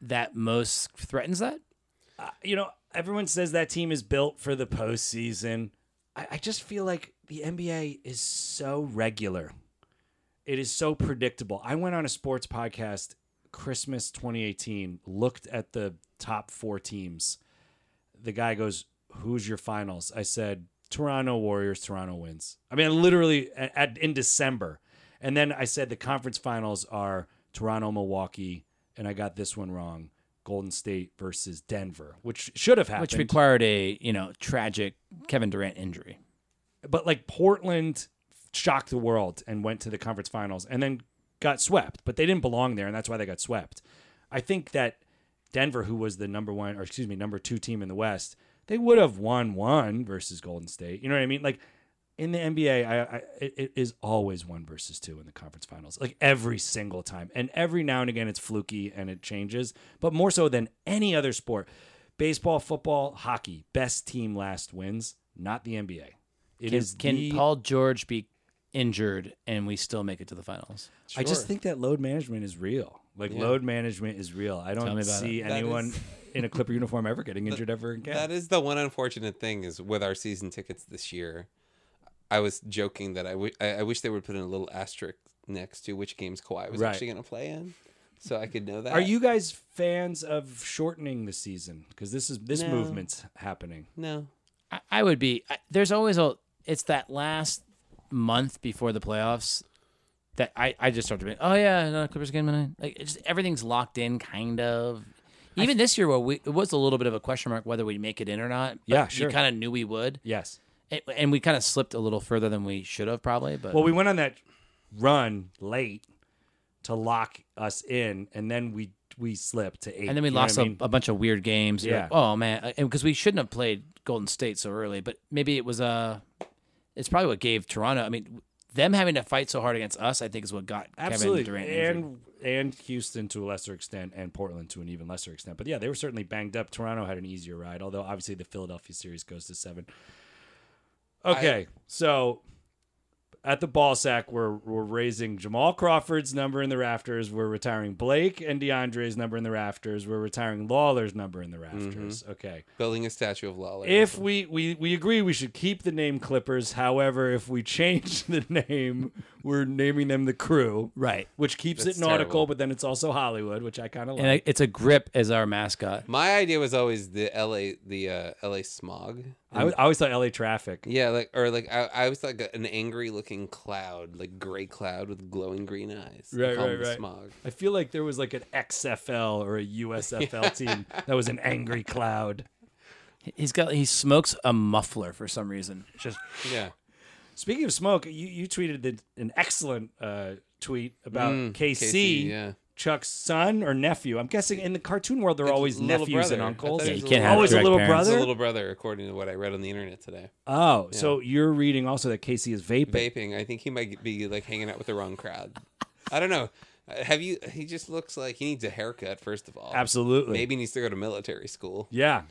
that most threatens that?
you know, everyone says that team is built for the postseason. I, I just feel like the NBA is so regular. It is so predictable. I went on a sports podcast Christmas 2018, looked at the top four teams. The guy goes, Who's your finals? I said, Toronto Warriors, Toronto wins. I mean, literally at, at, in December. And then I said the conference finals are Toronto, Milwaukee, and I got this one wrong Golden State versus Denver, which should have happened.
Which required a, you know, tragic Kevin Durant injury.
but like Portland shocked the world and went to the conference finals and then got swept, but they didn't belong there, and that's why they got swept. I think that Denver, who was the number one or excuse me, number two team in the West, they would have won one versus Golden State. You know what I mean? Like in the NBA, I, I it, it is always one versus two in the conference finals, like every single time, and every now and again it's fluky and it changes, but more so than any other sport. Baseball, football, hockey, best team last wins, not the NBA. It
Can,
is
can
the-
Paul George be injured and we still make it to the finals?
I just
Sure.
think that load management is real. Like load management is real. I
Tell me
don't
about
see
That
anyone
is-
in a Clipper uniform ever getting injured ever again.
That is the one unfortunate thing is with our season tickets this year. I was joking that I wi- I I wish they would put in a little asterisk next to which games Kawhi was
Right.
actually going to play in, so I could know that.
Are you guys fans of shortening the season? Because this is this
No.
movement's happening.
No.
I, I would be. I, there's always a. It's that last month before the playoffs that I, I just start to be. Oh yeah, another Clippers game tonight. Like it's just everything's locked in, kind of. Even this year, where we it was a little bit of a question mark whether we make it in or not. but
Yeah, sure.
You kind of knew we would,
Yes.
and, and we kind of slipped a little further than we should have probably. But
Well, we went on that run late to lock us in, and then we we slipped to eight.
and then we
You know what
lost
I mean?
a, a bunch of weird games. You're
Yeah.
like, oh man, because we shouldn't have played Golden State so early, but maybe it was uh it's probably what gave Toronto. I mean, them having to fight so hard against us, I think, is what got
Absolutely,
Kevin Durant injured.
and and Houston to a lesser extent, and Portland to an even lesser extent. But yeah, they were certainly banged up. Toronto had an easier ride, although obviously the Philadelphia series goes to seven. Okay, so at the ball sack, we're we're raising Jamal Crawford's number in the rafters. We're retiring Blake and DeAndre's number in the rafters. We're retiring Lawler's number in the rafters.
Mm-hmm.
Okay,
Building a statue of Lawler.
if we, we we agree we should keep the name Clippers. However, if we change the name, we're naming them the Crew
right.
which keeps
That's
it nautical,
terrible.
but then it's also Hollywood, which I kind of like.
And it's a grip as our mascot.
my idea was always the L.A. the uh, L.A. smog.
I, I always thought LA traffic.
Yeah, like or like I, I was like an angry looking cloud, like gray cloud with glowing green eyes. They
Right,
call
right,
him the
right.
Smog.
I feel like there was like an XFL or a USFL team that was an angry cloud.
He's got he smokes a muffler for some reason. Just
Yeah,
Speaking of smoke, you, you tweeted the, an excellent uh, tweet about
Mm,
KC,
KC, yeah.
Chuck's son or nephew. I'm guessing in the cartoon world, they're always
little
nephews
brother.
and
I
uncles.
thought it
Yeah,
was
you
a
can't
little-
have
Always a
direct
little
parents.
It's a
brother?
little brother, according to what I read on the internet today.
Oh, so you're reading also that Casey is vaping.
Vaping, I think he might be like hanging out with the wrong crowd. I don't know. Uh, Have you? He just looks like he needs a haircut. First of all,
Absolutely.
Maybe he needs to go to military school.
Yeah.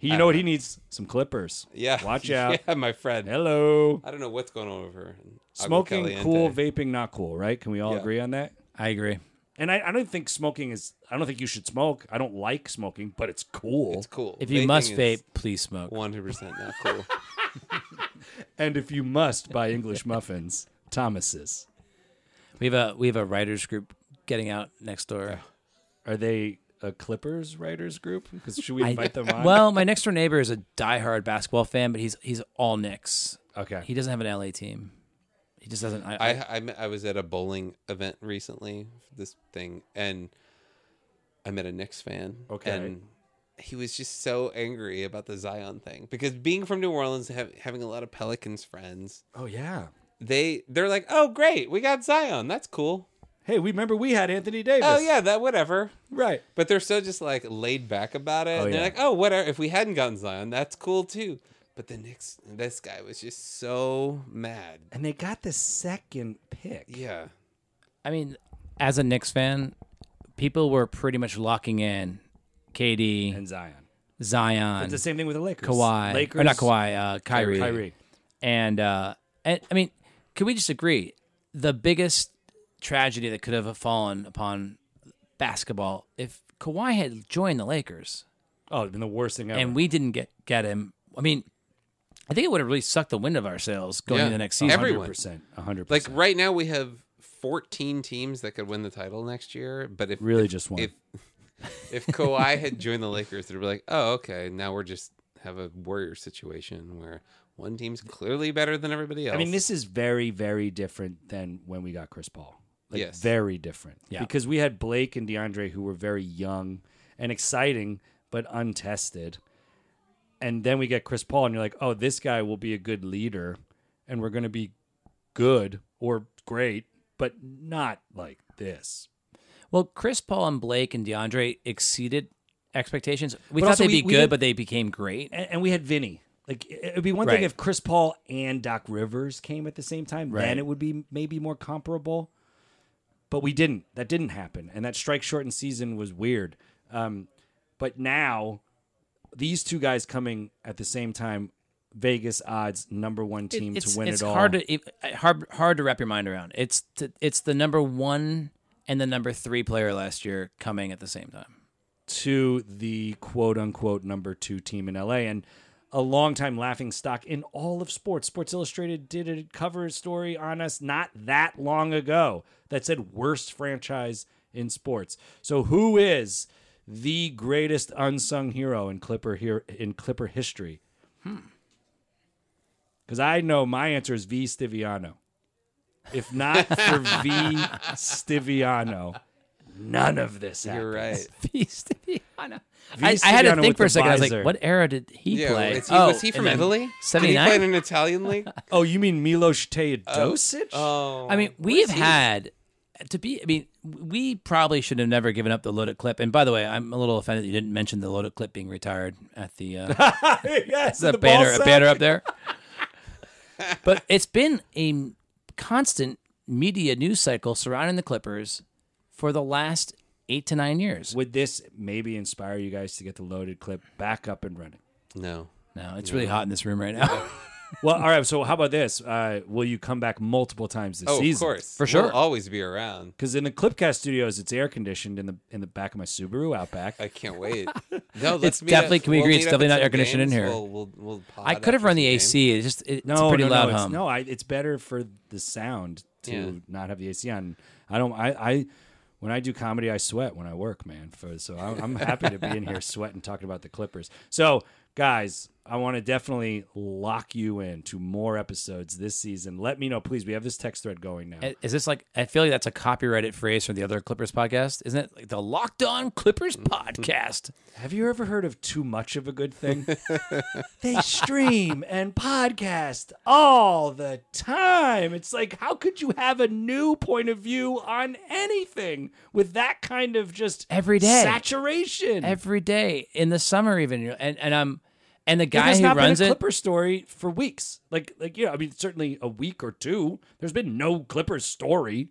He, you know what he needs? Some clippers.
Yeah,
Watch out.
Yeah, my friend.
Hello.
I don't know what's going on over. in Agua
smoking
Caliente.
cool, vaping not cool, right? Can we all
Yeah.
agree on that?
I agree.
And I, I don't think smoking is. I don't think you should smoke. I don't like smoking, but it's cool.
It's cool.
If you must vape, please smoke.
one hundred percent not cool.
And if you must buy English muffins, Thomas's.
We have a we have a writers group getting out next door.
Are they a Clippers writers group? Because should we
I-
invite them on?
Well, my next door neighbor is a diehard basketball fan, but he's he's all Knicks.
okay.
He doesn't have an LA team. He just doesn't. I, I,
I, I met- I was at a bowling event recently, this thing, and I met a Knicks fan.
Okay.
And he was just so angry about the Zion thing because being from New Orleans, have, having a lot of Pelicans friends,
oh yeah.
they they're like, oh great, we got Zion. That's cool.
Hey, we remember we had Anthony Davis.
Oh yeah, that whatever.
right.
But they're so just like laid back about it.
Oh,
and they're
yeah.
like, oh whatever. If we hadn't gotten Zion, that's cool too. But the Knicks, this guy was just so mad.
And they got the second pick.
Yeah,
I mean, as a Knicks fan, people were pretty much locking in KD,
And Zion.
Zion,
It's the same thing with the Lakers.
Kawhi,
Lakers,
or not Kawhi, uh, Kyrie.
Kyrie.
And uh, and I mean, can we just agree? The biggest tragedy that could have fallen upon basketball if Kawhi had joined the Lakers
Oh, it'd been the worst thing ever.
and we didn't get get him. I mean, I think it would have really sucked the wind of our sails going
Yeah.
into the next season.
Every- everyone.
100%. 100%.
like right now we have 14 teams that could win the title next year. But if
really just one.
if if Kawhi had joined the Lakers, they'd be like, "Oh, okay, now we're just have a warrior situation where one team's clearly better than everybody else."
I mean, this is very, very different than when we got Chris Paul. Like,
Yes.
Very different.
Yeah.
Because we had Blake and DeAndre who were very young and exciting, but untested. And then we get Chris Paul, and you're like, oh, this guy will be a good leader, and we're going to be good or great, but not like this.
Well, Chris Paul and Blake and DeAndre exceeded expectations. We
But
thought
also
they'd
we-
be
we
good,
didn't-
but they became great.
And, and we had Vinny. Like, it it would be one
Right.
thing if Chris Paul and Doc Rivers came at the same time,
Right.
then it would be maybe more comparable. But we didn't. That didn't happen. And that strike shortened season was weird. Um, but now, these two guys coming at the same time, Vegas odds number one team
it's
to win
it's
it all.
hard to it- hard hard to wrap your mind around. It's to, it's the number one and the number three player last year coming at the same time.
to the quote unquote number two team in LA and a long time laughing stock in all of sports. Sports Illustrated did a cover story on us not that long ago that said worst franchise in sports. So who is the greatest unsung hero in Clipper here in Clipper history? Because I know my answer is V Stiviano. If not for V Stiviano, none of this happens.
you're right.
Beast. I, know.
Vee
I, I had
Stiviano
to
with
think for
the
a second. I was
visor.
like, what era did he
Yeah,
play?
it's- he- was he from Italy?
Seventy
Did he play
nine.
in an Italian league?
Oh, you mean Milos Teodosic?
Oh,
I mean, we've had to be. I mean, we probably should have never given up the loaded clip. And by the way, I'm a little offended that you didn't mention the loaded clip being retired at the uh,
yes,
the
the ball
banner
sack.
banner up there. but it's been a constant media news cycle surrounding the Clippers for the last eight to nine years.
Would this maybe inspire you guys to get the loaded clip back up and running?
no.
No, it's really hot in this room right now.
Well, all right. So, how about this? Uh, will you come back multiple times this
Oh,
season?
of course,
For sure.
We'll always be around.
Because in the Clipcast studios, it's air conditioned in the in the back of my Subaru Outback.
I can't wait. No, let's meet
definitely-
up.
can we agree
meet
it's
up
definitely
at
not
some
air conditioned in
games.
here?
We'll, we'll, we'll
I
pod
could have
after
run the
some games.
AC. It's just it's
no,
a pretty
no,
loud
no, it's,
hum.
no. I, it's better for the sound to
Yeah.
not have the AC on. I don't. I, I when I do comedy, I sweat when I work, man. For so I'm, I'm happy to be in here sweating talking about the Clippers. So guys, I want to definitely lock you in to more episodes this season. Let me know, please. We have this text thread going now.
I- Is this like? I feel like that's a copyrighted phrase from the other Clippers podcast, isn't it? Like the Locked On Clippers
Mm-hmm.
podcast.
Have you ever heard of too much of a good thing? they stream and podcast all the time. It's like, how could you have a new point of view on anything with that kind of just
Every day.
saturation?
every day in the summer, even you know, and and um and the
There
guy
has
who
not
runs
been a
it.
Clipper story for weeks. Like, like yeah, I mean, certainly a week or two. There's been no Clippers story,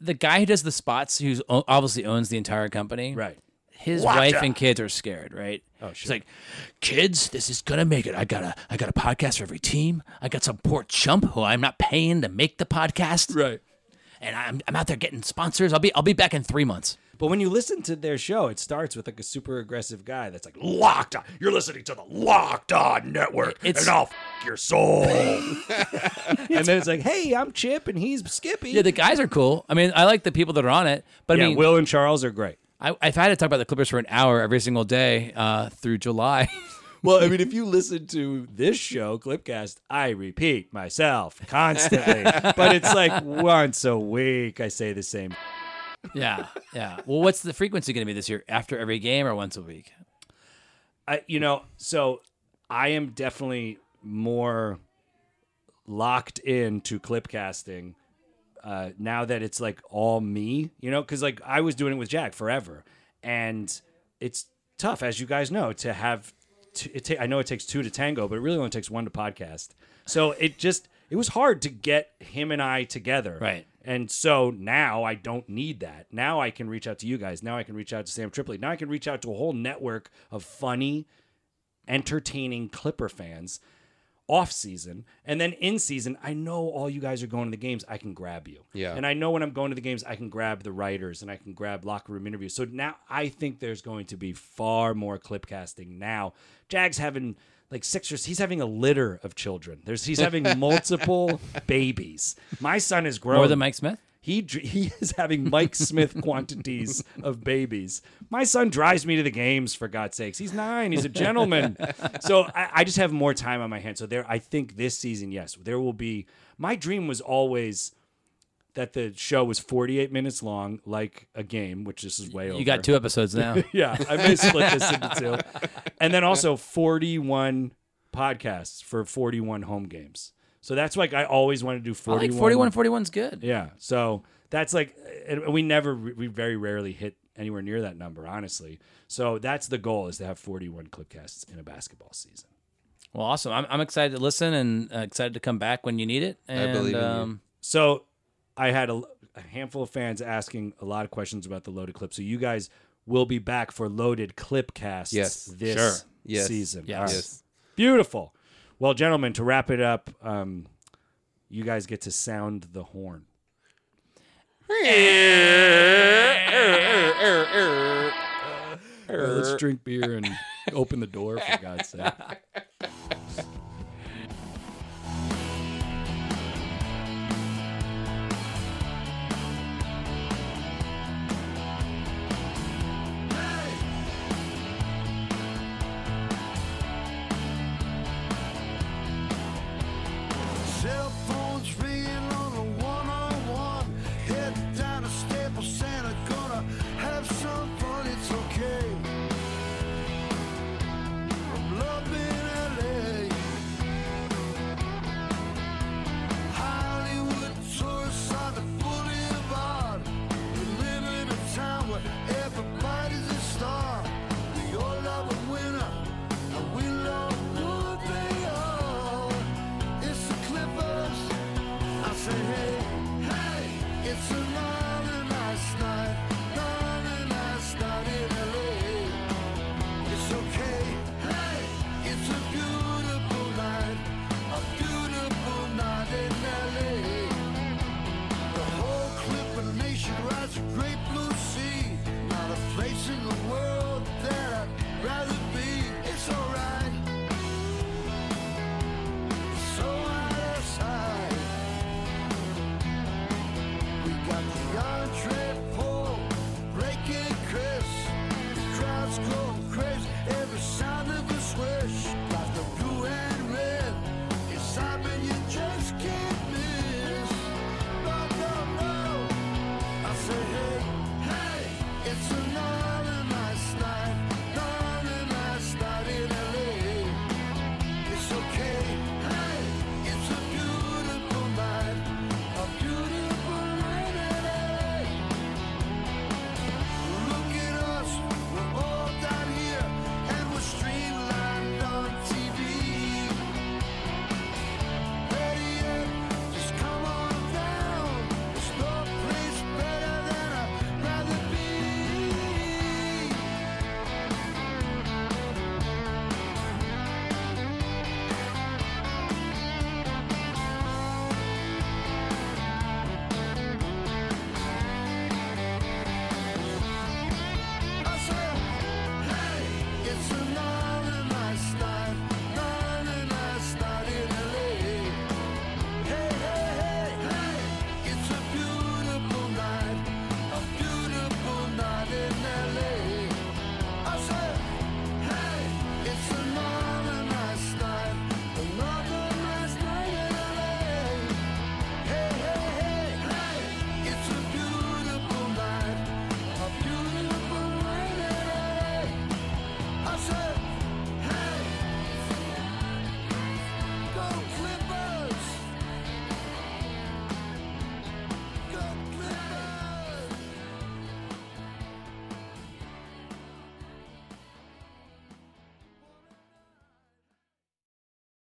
The guy who does the spots, who's o- obviously owns the entire company,
right?
His
Locked
wife
up.
and kids are scared, right? Oh, She's
sure.
like, kids, this is gonna make it. I got a, I got a podcast for every team. I got some poor chump who I'm not paying to make the podcast,
Right.
and I'm, I'm out there getting sponsors. I'll be, I'll be back in three months.
But when you listen to their show, it starts with like a super aggressive guy that's like locked on. You're listening to the Locked On Network,
It's-
and I'll f- your soul. and then it's like, hey, I'm Chip, and he's Skippy.
Yeah, the guys are cool. I mean, I like the people that are on it, but I mean,
Will and Charles are great.
I, if I had to talk about the Clippers for an hour every single day uh, through July.
Well, I mean, if you listen to this show, Clipcast, I repeat myself constantly, but it's like once a week I say the same.
Yeah, yeah. Well, what's the frequency going to be this year? After every game or once a week?
I, you know, so I am definitely more locked into clip casting uh, now that it's like all me, you know, because like I was doing it with Jack forever, and it's tough, as you guys know, to have. T- it ta- I know it takes two to tango, but it really only takes one to podcast. So it just it was hard to get him and I together,
Right.
And so now I don't need that. Now I can reach out to you guys. Now I can reach out to Sam Tripoli. Now I can reach out to a whole network of funny, entertaining Clipper fans off season and then in season i know all you guys are going to the games i can grab you
Yeah.
and i know when i'm going to the games i can grab the writers and i can grab locker room interviews so now i think there's going to be far more clip casting now jag's having like six or he's having a litter of children there's he's having multiple babies my son is grown
More than Mike Smith?
he dr- he is having Mike Smith quantities of babies. My son drives me to the games for God's sakes. He's nine. He's a gentleman. so I, I just have more time on my hands. So there, I think this season, yes, there will be. My dream was always that the show was 48 minutes long, like a game, which this is way over.
You got two episodes now.
Yeah, I may split this into two. And then also 41 podcasts for 41 home games. So that's like I always want to do
I
41.
like 41 41's good.
Yeah. So that's like, and we never, we very rarely hit anywhere near that number, honestly. So that's the goal is to have 41 clip casts in a basketball season.
Well, awesome. I'm, I'm excited to listen and uh, excited to come back when you need it. And,
believe in you.
um,
So I had a, a handful of fans asking a lot of questions about the loaded clip. So you guys will be back for loaded clip casts
Yes.
this
Sure.
Yes.
season.
Yes.
All right.
Yes.
Beautiful. Well, gentlemen, to wrap it up, um, you guys get to sound the horn. let's drink beer and open the door for God's sake.